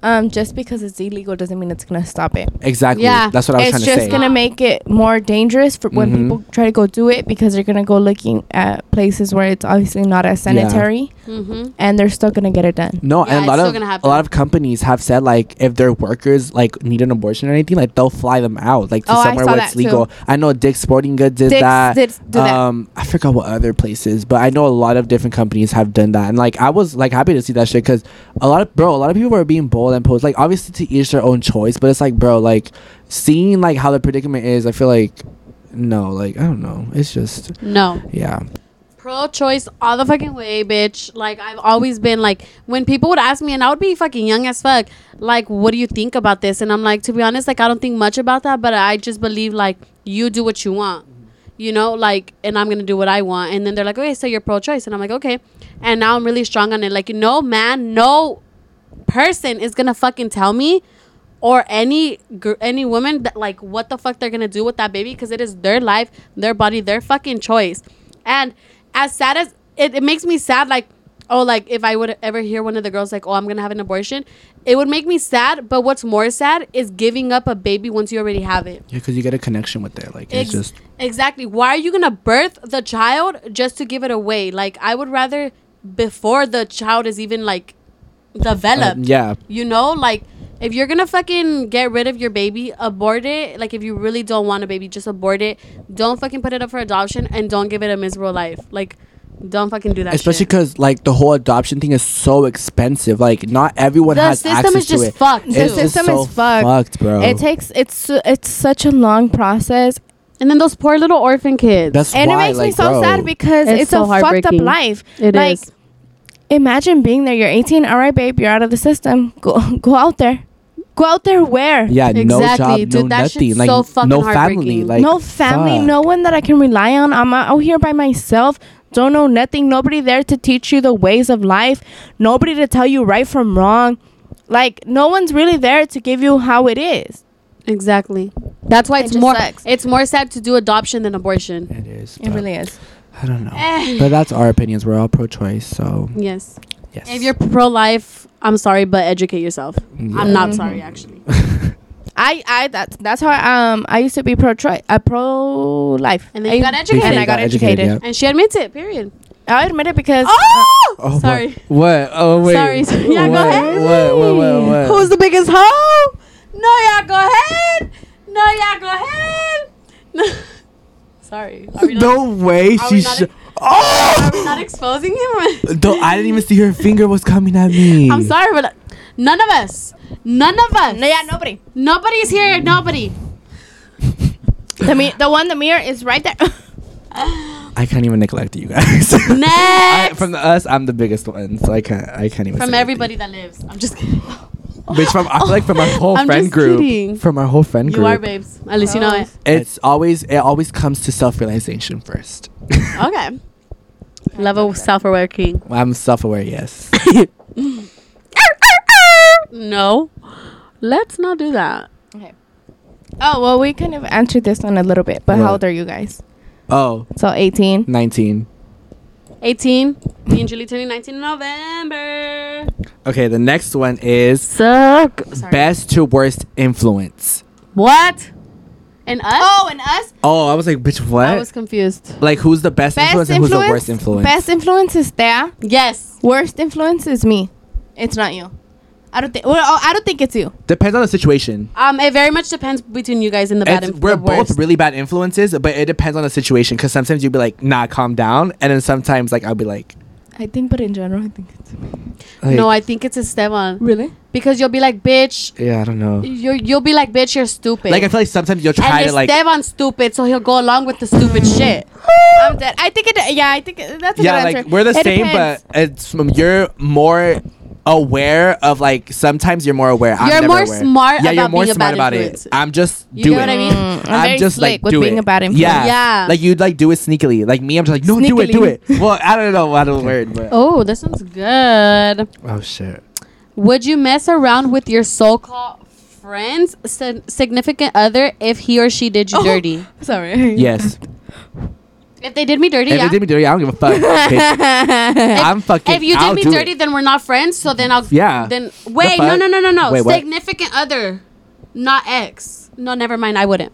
Um, just because it's illegal doesn't mean it's gonna stop it.
Exactly.
Yeah.
That's what I was
it's
trying to
just
say.
gonna make it more dangerous for when
Mhm.
people try to go do it because they're gonna go looking at places where it's obviously not as
Yeah.
sanitary,
Mm-hmm.
and they're still gonna get it done.
No,
Yeah,
and
it's
a lot
still
of
gonna
a
happen.
lot of companies have said like if their workers like need an abortion or anything, like they'll fly them out like to
Oh, I
somewhere
saw
where it's
that too.
legal. I know Dick's Sporting Goods did
Dicks
that.
did do that.
um, I forgot what other places, but I know a lot of different companies have done that, and like I was like happy to see that shit because a lot of bro, a lot of people are being bold and post like obviously to each their own choice, but it's like bro, like seeing like how the predicament is, I feel like no, like I don't know, it's just
No.
yeah,
Pro choice all the fucking way, bitch. Like I've always been like when people would ask me and I would be fucking young as fuck, like, what do you think about this? And I'm like, to be honest, like I don't think much about that, but I just believe like you do what you want. You know, like and I'm gonna do what I want. And then they're like, Okay, so you're pro choice and I'm like, Okay. And now I'm really strong on it. Like, no man, no person is gonna fucking tell me or any gr- any woman that like what the fuck they're gonna do with that baby because it is their life, their body, their fucking choice. And as sad as it, it makes me sad, like oh, like if I would ever hear one of the girls like oh I'm gonna have an abortion, it would make me sad. But what's more sad is giving up a baby once you already have it.
yeah, because you get a connection with it, like
Ex-
it's just
exactly. Why are you gonna birth the child just to give it away? Like I would rather before the child is even like
uh,
developed.
yeah,
You know, like if you're gonna fucking get rid of your baby, abort it. Like if you really don't want a baby, just abort it. Don't fucking put it up for adoption and don't give it a miserable life. Like, don't fucking do that.
especially
shit.
because like the whole adoption thing is so expensive. Like not everyone
The
has
system
access
is just
to it.
fucked,
It's
too.
just
system
so
is fucked.
bro.
It takes it's su- it's such a long process,
and then those poor little orphan kids.
That's
and
why,
it makes me
like,
so
bro,
sad because
It's
it's,
so
a fucked up
heartbreaking.
life.
It
like,
is.
Imagine being there. You're 18. All right, babe, you're out of the system. Go go out there. Go out there where
yeah, no
Exactly,
job,
dude,
no
that shit's
nothing, like
so fucking
no family,
heartbreaking.
like
no family,
fuck.
no one that I can rely on. I'm out here by myself don't know nothing. Nobody there to teach you the ways of life. Nobody to tell you right from wrong. Like no one's really there to give you how it is.
Exactly. That's why
It
it's
just
more
sucks.
it's more sad to do adoption than abortion.
It is.
It really is.
I don't
Eh.
know. but that's our opinions. We're all pro-choice, so
Yes.
yes.
If you're pro life, I'm sorry, but educate yourself. I'm not sorry actually.
I I that's that's how um I used to be pro choice, uh, pro life,
And then you got educated.
and I got educated.
And she admits it, period.
I'll admit it because
Oh,
Oh, what-
sorry.
What? Oh wait.
Sorry, sorry. Yeah, go
what?
ahead.
What? What? What? what?
Who's the biggest hoe? No, y'all go ahead. No, y'all go ahead. No. Sorry. Are we not,
the way
Are
she
we not
sh-
ex-
oh
are we not exposing him?
Though I didn't even see her finger was coming at me.
I'm sorry, but none of us. None of us.
no, yeah, nobody.
Nobody's here. Nobody.
The me the one the mirror is right there.
I can't even neglect you guys. I,
Next.
from the us, I'm the biggest one, so I can't. I can't even.
from
say
everybody
anything.
that lives. I'm just kidding.
Bitch, from I feel like from our whole
I'm
friend
just
group.
kidding.
From our whole friend
You
group.
are babes. At least you know
Oh.
it.
It's always it always comes to self realization first.
Okay. Level self aware king.
I'm self aware, yes.
No. Let's not do that.
Okay. Oh well, we kind of answered this one a little bit, but
What?
how old are you guys?
Oh,
So eighteen.
19.
18. Me and Julie turning 19 in November.
Okay, the next one is
Suck. Sorry.
best to worst influence.
What? And us?
and us
Oh, I was like, bitch, what?
I was confused.
like, who's the best,
best
influence,
influence.
and who's the worst influence?
Best influence is there.
Yes.
Worst influence is me. It's not you. I don't think. Well, oh, I don't think it's you.
Depends on the situation.
Um, it very much depends between you guys and the bad.
It's-
and
we're
the worst.
both really bad influences, but it depends on the situation. Because sometimes you'd be like, nah, calm down. And then sometimes, like, I'll be like,
I think, but in general, I think it's me.
like,
no, I think it's Esteban
Really?
because you'll be like, bitch.
yeah, I don't know.
You you'll be like, bitch, you're stupid.
Like, I feel like sometimes you'll try
and
to, like, Mm.
Esteban's stupid, so he'll go along with the stupid shit.
I'm dead. I think it. Yeah, I think it, that's a
yeah,
good
like
answer.
we're the
It
same,
depends.
but it's um, you're more aware of like sometimes you're more aware. I'm
You're
never
more
aware.
smart
Yeah, you're
about
more
being a
smart
bad
about
influence.
it. I'm just
You
do
get
it.
what I mean?
Mm, I'm, very
just
slick
like
with
do
being
it.
a bad influence.
Yeah,
Yeah.
Like you like do it sneakily. Like me, I'm just like no, do it, do
Sneakily.
it. Well, I don't know how to word, but
Oh, that sounds good.
oh shit.
Would you mess around with your so-called friends, sin- significant other, if he or she did you
Oh.
dirty?
Sorry.
Yes.
If they did me dirty,
If
yeah.
they did me dirty, I don't give a fuck. bitch.
If-
I'm fucking.
If you did
I'll
me
do
dirty,
it.
then we're not friends. So then I'll.
Yeah.
Then wait, no,
fuck?
no, no, no, no.
Wait, what?
significant other, not ex. No, never mind. I wouldn't.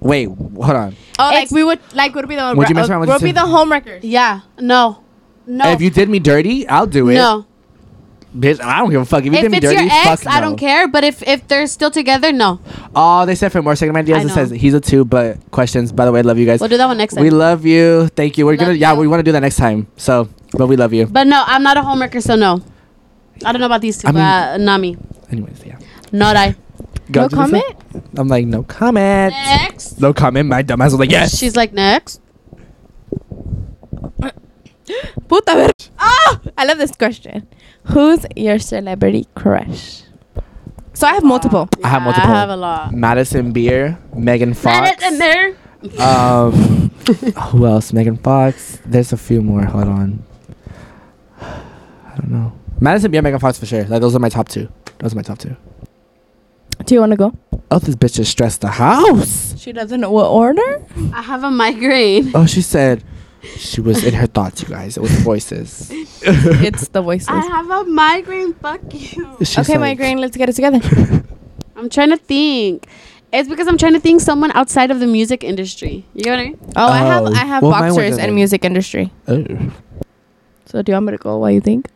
Wait, hold on.
Oh, like
It's-
we would like would be the
Would you mess around with
would
the-
be the homewreckers.
Yeah. No. No.
If you did me dirty, I'll do it.
Oh. no.
bitch, I don't give a fuck. If you
If
did me
it's
dirty,
your ex,
fuck
I
no.
don't care. But if if they're still together, no.
Oh, they said for more segment ideas.
I
It
know.
says he's a two, but questions. By the way, I love you guys.
We'll do that one next time.
We love you. Thank you. We're gonna
Love
yeah,
you.
we want to do that next time. So, but we love you.
but no, I'm not a homewrecker, so no. I don't know about these two,
I mean-
but uh, not me.
Anyways, yeah.
Not I.
Go to
No
this
comment?
one. I'm like no comment.
Next.
No comment. My dumbass was like yes.
She's like next.
Puta ver. Oh, I love this question. Who's your celebrity crush? So I have multiple.
I have
Yeah,
multiple.
I have a lot.
Madison Beer, Megan Fox.
That is in there.
Um, who else? Megan Fox. There's a few more. Hold on. I don't know. Madison Beer, Megan Fox for sure. Like those are my top two. Those are my top two.
Do you want to go?
Oh, this bitch just stressed the house.
She doesn't know what order.
I have a migraine.
Oh, she said she was in her thoughts, you guys. It was voices.
it's the voices.
I have a migraine. Fuck you.
She's
okay,
like-
migraine. Let's get it together.
I'm trying to think. It's because I'm trying to think someone outside of the music industry. You know what I mean?
Oh, I have
Oh.
I have
Well, mine
boxers
wasn't
and
in-
music industry.
Oh.
So do you want me to go? What you think?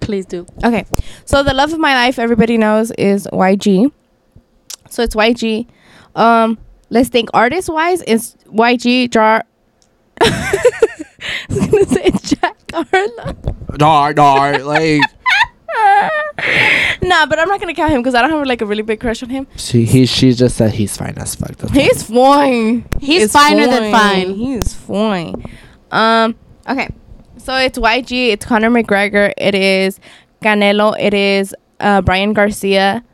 Please do.
Okay. So the love of my life, everybody knows, is YG. So it's YG. Um, let's think artist wise is YG Jar. I was gonna say Jack Harlow.
Dar, dar, like
nah, but I'm not gonna count him because I don't have like a really big crush on him.
she he she just said he's fine as fuck. That's fine.
He's fine.
He's finer than fine.
He's fine. Um. Okay. So it's YG. It's Conor McGregor. It is Canelo. It is uh, Brian Garcia.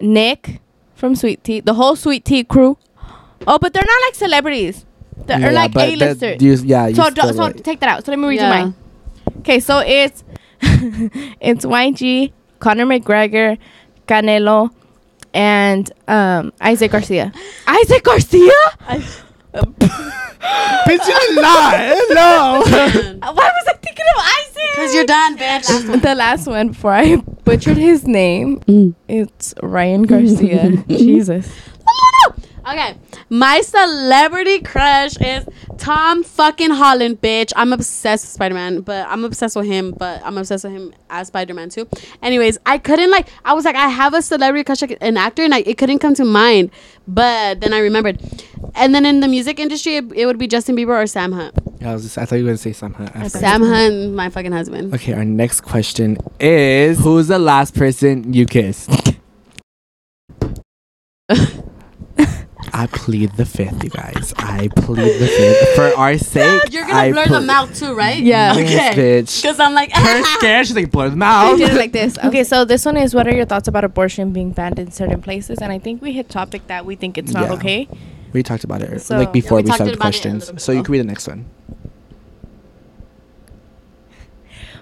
Nick from Sweet Tea. The whole Sweet Tea crew. Oh, but they're not like celebrities. The, or like
but
a
that-
lister.
you- yeah, you
So do,
still
so
right.
take that out. So let me read
Yeah.
you mine. Okay, so it's it's YG, Conor McGregor, Canelo, and um, Isaac Garcia. Isaac Garcia?
Bitch, you did not. No.
Why was I thinking of Isaac?
Cause you're done, bitch.
the last one before I butchered his name.
Mm.
It's Ryan Garcia. Jesus.
okay, my celebrity crush is Tom fucking Holland, bitch. I'm obsessed with Spider Man, but I'm obsessed with him. But I'm obsessed with him as Spider Man too. Anyways, I couldn't like. I was like, I have a celebrity crush, like an actor, and I, it couldn't come to mind. But then I remembered. And then in the music industry, it, it would be Justin Bieber or Sam Hunt.
I was just, I thought you were gonna say something. I forgot.
Sam Hunt, my fucking husband.
Okay, our next question is Who's the last person you kissed? I plead the fifth, you guys. I plead the fifth. For our sake.
You're gonna
I
blur
ple-
them out too, right?
Yeah.
Yes,
Okay.
bitch.
Because I'm like,
Her scared. She's like, blur them out.
I did it like this. Okay, so this one is what are your thoughts about abortion being banned in certain places? And I think we hit topic that we think it's not
Yeah.
okay.
We talked about it
So-
like before
Yeah, we
we,
talked
started
about it a little
questions.
bit
So you
ago.
can read the next one.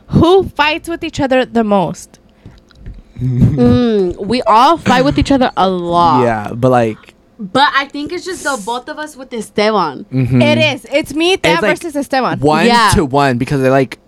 Who fights with each other the most?
Mm, we all fight with each other a lot.
Yeah, but like,
But I think it's just the both of us with Esteban.
mhm.
It is. It's me, Thea
It's like
versus Esteban.
one
Yeah.
to one because they're like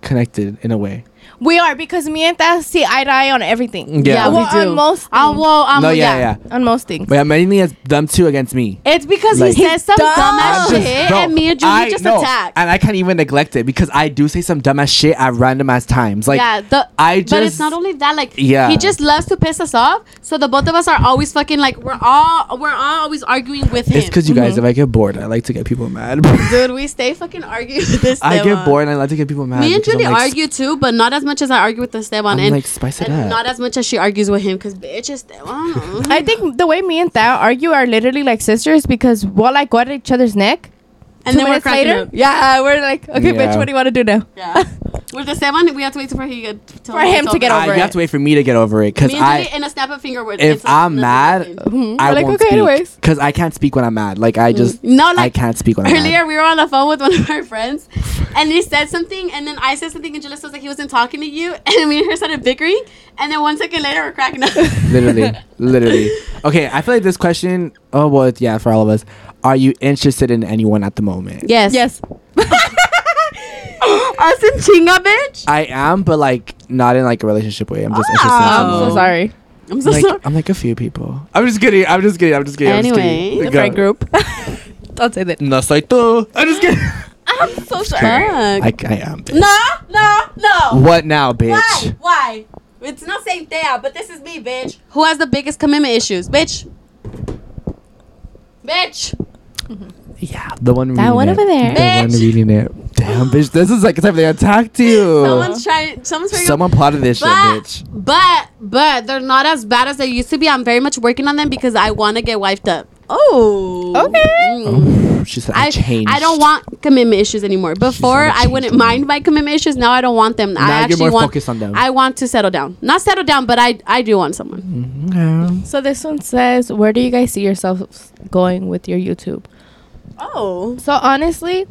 connected in a way.
We are because me and Thea see eye to eye on everything.
Yeah.
Well, on most
Uh,
things.
well, um,
No, yeah,
yeah,
yeah.
on most things.
But yeah, mainly it's them two against me.
It's because
Like-
he says some
He's dumb.
dumbass
I'm
shit,
just-
and me and Julie
I
just
know,
attack.
And I can't even neglect it because I do say some dumbass shit at random ass times. Like
yeah, the
I
but it's
just-
not only that. Like,
Yeah.
he just loves to piss us off. So the both of us are always fucking like we're all we're all always arguing with him.
it's because you guys,
Mm-hmm.
if I get bored, I like to get people mad.
dude, we stay fucking arguing with this.
I get bored and I like to get people mad.
Me and
because I'm
Julie
like,
argue too, but not as much as I argue with Esteban,
I'm
and
like, spice it
and
up.
not as much as she argues with him. Cause bitch, Esteban. uh-uh.
I think the way me and Thea argue are literally like sisters because while I go at each other's neck,
and
two
then we're
minutes
cracking
later,
up.
yeah, we're like,
Yeah.
okay, bitch, what do you want to do now?
Yeah. With Esteban, we have to wait for he get till
For
he
him
gets
to get
I-
over
you
it.
have to wait for me to get over it because
Me and
I.
Julie in a snap of finger. we're-
if
it's
I'm
nothing.
mad,
Mm-hmm.
I
We're like,
won't
okay, anyways.
because I can't speak when I'm mad. Like I just
No,
I
Mm. like,
can't speak when I'm mad.
Earlier, we were on the phone with one of our friends, and he said something, and then I said something, and Julia was like, he wasn't talking to you, and me and her started bickering, and then one second later, we're cracking up.
literally, literally. Okay, I feel like this question. Oh well, it's- yeah, for all of us. Are you interested in anyone at the moment?
Yes.
Yes.
Us and Chinga, bitch.
I am, but like not in like a relationship way. I'm just
Wow.
interested. In
I'm
someone.
so sorry.
I'm Oh. so
I'm
sorry.
like, I'm like a few people. I'm just kidding. I'm just kidding. I'm just kidding. I'm
Anyway,
just
The
kidding.
friend group. Don't say that.
No soy tú. I'm just kidding.
I'm so
sorry.
Fuck.
I, I am. Bitch.
No, no, no.
What now, bitch?
Why? Why? It's not saying Thea, but this is me, bitch. Who has the biggest commitment issues? Bitch. Bitch.
Yeah, the one.
That
reading
one
it.
over there.
The one
Bitch.
reading it. Damn, bitch. This is like the time they attacked you.
Someone's trying. Someone's trying.
Uh. Someone plotted this shit,
but,
bitch.
but but they're not as bad as they used to be. I'm very much working on them because I want to get wifed up. Oh,
Okay.
Oh, She said I,
I,
changed.
I don't want commitment issues anymore. Before
"I
I wouldn't
changed my
mind my commitment issues. Now I don't want them. I
Now you're
actually
more
want,
focused on them.
I want to settle down. Not settle down, but I I do want someone.
Yeah.
So this one says, where do you guys see yourselves going with your YouTube?
Oh,
So honestly,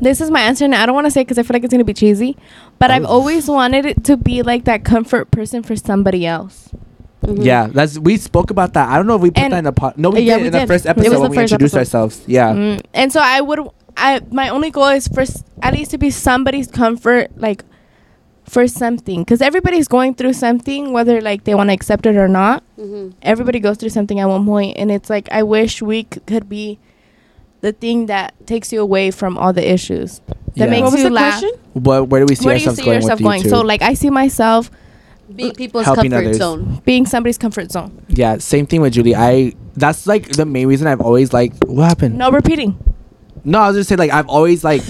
this is my answer, and I don't want to say because I feel like it's gonna be cheesy, but I've
Oh.
always wanted it to be like that comfort person for somebody else.
Yeah, that's we spoke about that. I don't know if we put
And-
that in the pot. No, we
Yeah,
did
we
in the
did.
first
It
episode
was the
when we
first
introduced
episode. Mm-hmm.
ourselves. Yeah,
Mm, And so I would, I my only goal is for s- at least to be somebody's comfort, like for something, because everybody's going through something, whether like they want to accept it or not.
Mm-hmm.
Everybody goes through something at one point, and it's like I wish we c- could be the thing that takes you away from all the issues
Yeah.
that makes
What
was
you
the
laugh.
question?
What, where do we see
Where do you
ourselves
see
going?
yourself
with
going?
YouTube?
So like I see myself
be people's
Helping
comfort
others.
zone.
being somebody's comfort zone.
yeah, same thing with Julie. I that's like the main reason I've always like what happened.
No repeating.
No, I was just saying like I've always like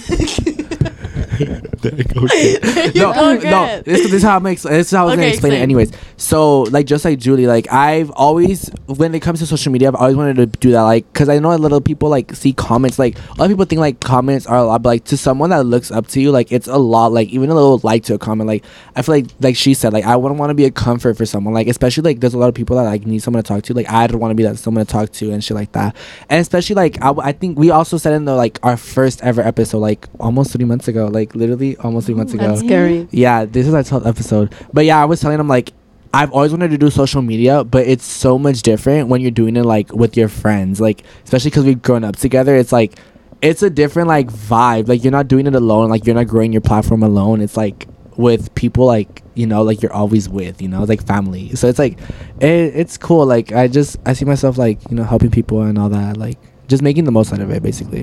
the echo shit.
You
no,
go
no.
good.
This, this is how it makes. This is how I was gonna
Okay,
explain it,
explain.
anyways. So, like, just like Julie, like I've always, when it comes to social media, I've always wanted to do that, like, because I know a lot of people like see comments, like a lot of people think like comments are a lot, but like to someone that looks up to you, like it's a lot, like even a little like to a comment, like I feel like, like she said, like I wouldn't want to be a comfort for someone, like especially like there's a lot of people that like need someone to talk to, like I don't want to be that someone to talk to and shit like that, and especially like I, w- I think we also said in the like our first ever episode, like almost three months ago, like literally almost three months ago.
That's scary.
Yeah, this is our 12th episode. But yeah, I was telling him like I've always wanted to do social media, but it's so much different when you're doing it like with your friends, like especially because we've grown up together. It's like it's a different like vibe. Like you're not doing it alone. Like you're not growing your platform alone. It's like with people like you know like you're always with you know like family so it's like it, it's cool like i just i see myself like you know helping people and all that like just making the most out of it basically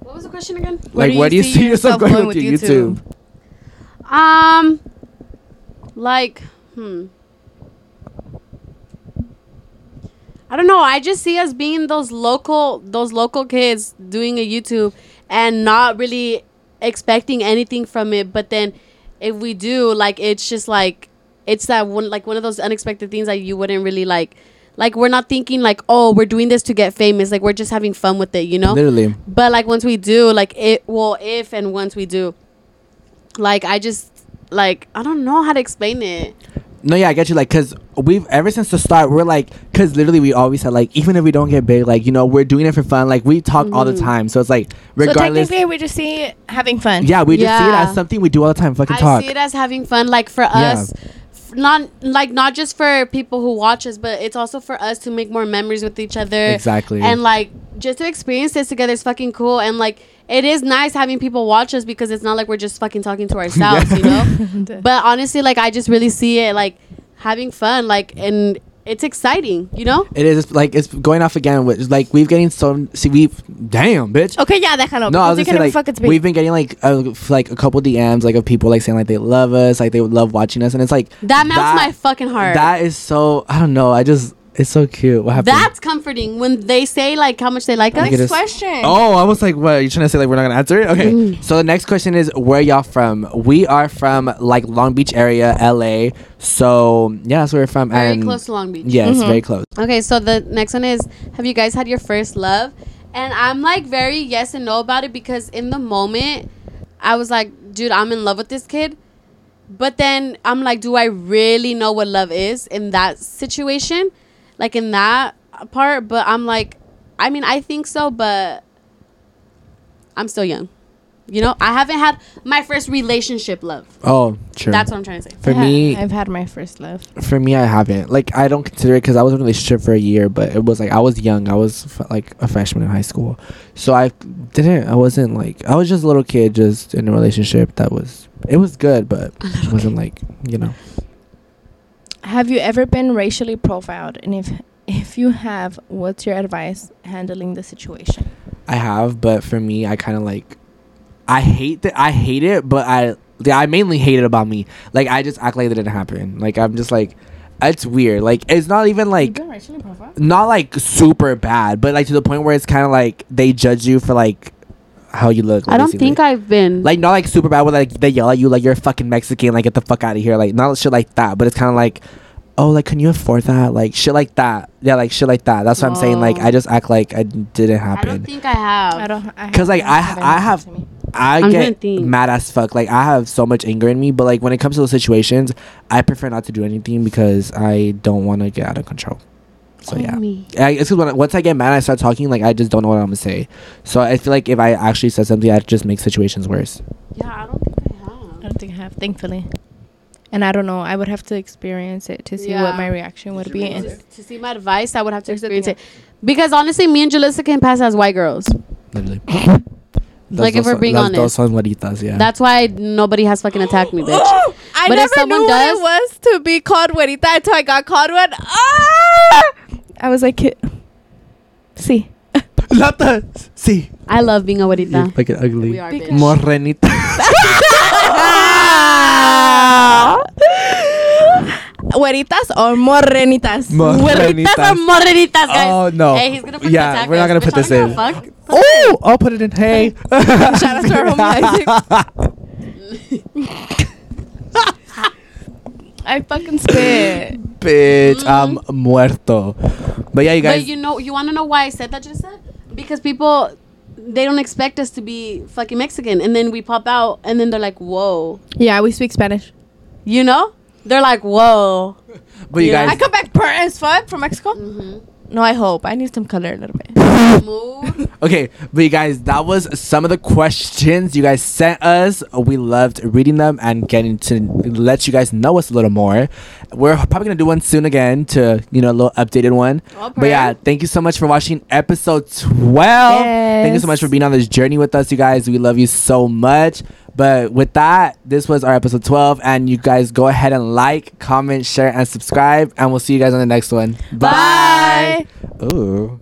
What was the question again?
like where do you see yourself going, with your youtube?
Um, like, hmm. I don't know. I just see us being those local, those local kids doing a YouTube and not really expecting anything from it. But then, if we do, like, it's just like it's that one, like one of those unexpected things that you wouldn't really like. Like, we're not thinking like, oh, we're doing this to get famous. Like, we're just having fun with it, you know.
literally
But like once we do, like it well if and once we do, like I just like I don't know how to explain it.
No, yeah, I get you. Like, cause we've ever since the start, we're like, cause literally we always said like, even if we don't get big, like you know, we're doing it for fun. Like we talk all
Mm-hmm.
the time, so it's like
So
regardless.
technically, we just see it having fun.
yeah, we just see it
Yeah.
as something we do all the time. Fucking
I
talk.
see it as having fun, like for us, f- not like not just for people who watch us, but it's also for us to make more memories with each other.
Exactly.
And like just to experience this together is fucking cool. And like it is nice having people watch us because it's not like we're just fucking talking to ourselves, you know. but honestly, like I just really see it like having fun, like and it's exciting, you know.
it is it's, like it's going off again. With like we've getting so see we've damn bitch.
Okay, yeah, that kind of.
No, I was gonna say like we've been getting like a, like a couple DMs like of people like saying like they love us, like they love watching us, and it's like
That melts my fucking heart.
That is so I don't know. I just it's so cute. What happened?
That's comforting when they say like how much they like
Look at
us.
this.
question.
Oh, I was like, what? Are you trying to say like we're not gonna answer it? Okay.
Mm.
So the next question is, where y'all from? We are from like Long Beach area, LA. So yeah, that's where we're from.
Very
and
close to Long Beach. Mm-hmm.
Yes, very close.
Okay, so the next one is have you guys had your first love? And I'm like very yes and no about it because in the moment I was like, dude, I'm in love with this kid. But then I'm like, do I really know what love is in that situation? Like in that part, but I'm like, I mean, I think so, but I'm still young. You know, I haven't had my first relationship love.
Oh, sure.
That's what I'm trying to say.
for me,
I've had my first love.
for me, I haven't. Like, I don't consider it because I was in a relationship for a year, but it was like I was young. I was f- like a freshman in high school, so I didn't. I wasn't like I was just a little kid, just in a relationship that was. It was good, but it wasn't like you know.
Have you ever been racially profiled? And if if you have, what's your advice handling the situation?
I have, but for me, I kind of like, I hate that. I hate it, but I, yeah, I mainly hate it about me. Like, I just act like it didn't happen. Like, I'm just like, it's weird. Like, it's not even like,
been racially profiled.
not like super bad, but like to the point where it's kind of like they judge you for like how you look.
I don't
basically.
think I've been.
Like not like super bad where like they yell at you like you're fucking Mexican like get the fuck out of here like not shit like that but it's kind of like oh like can you afford that like shit like that yeah like shit like that that's what I'm saying like
Oh.
I just act like I didn't
I
happen
don't think I have.
I don't. I
Cause like I I have I
I'm trying to
get
think.
mad as fuck. Like I have so much anger in me, but like when it comes to those situations, I prefer not to do anything because I don't want to get out of control. So
Oh,
yeah,
me.
I, it's because once I get mad, I start talking. Like I just don't know what I'm gonna say. So I feel like if I actually said something, I just make situations worse.
Yeah, I don't think I
I
have.
don't think I have. Thankfully, and I don't know. I would have to experience it to see
Yeah.
what my reaction would be.
To,
And
to see my advice, I would have to
There's
experience it.
nothing
Because honestly, me and Jalissa can pass as white girls.
Literally.
Like, if
Those
we're
son-
being
las dos
honest.
son güeritas, yeah.
That's why nobody has fucking attacked me, bitch.
I
But
never
if someone
knew
does-
what it was to be called Juanita until I got called one. Ah! I was like, "Ki- see,
Lata. Sí.
I love being a
You're
huerita.
fucking ugly.
We are, bitch.
Because-
Morrenita.
güeritas or morrenitas?
Güeritas or morenitas, guys.
Oh no!
Hey, he's gonna put
yeah,
this
we're not gonna put this in.
Fuck.
Oh, I'll put it in. Hey,
Shout out to our homie I fucking spit.
bitch, I'm muerto. But yeah, you guys.
Mm-hmm. But you know, you want to know why I said that just said? Because people, they don't expect us to be fucking Mexican, and then we pop out, and then they're like, "Whoa,"
yeah, we speak Spanish.
you know? They're like, "Whoa."
but you
yeah.
guys.
I come back burnt as fuck from Mexico.
Mm-hmm.
No, I hope. I need some color a little bit.
Move.
Okay, but you guys, that was some of the questions you guys sent us. We loved reading them and getting to let you guys know us a little more. We're probably gonna do one soon again to you know a little updated one.
All
But yeah,
prayer.
thank you so much for watching episode twelve. Thank you so much
Yes.
for being on this journey with us, you guys. We love you so much. But with that, this was our episode twelve, and you guys go ahead and like, comment, share, and subscribe, and we'll see you guys on the next one.
Bye.
Ooh.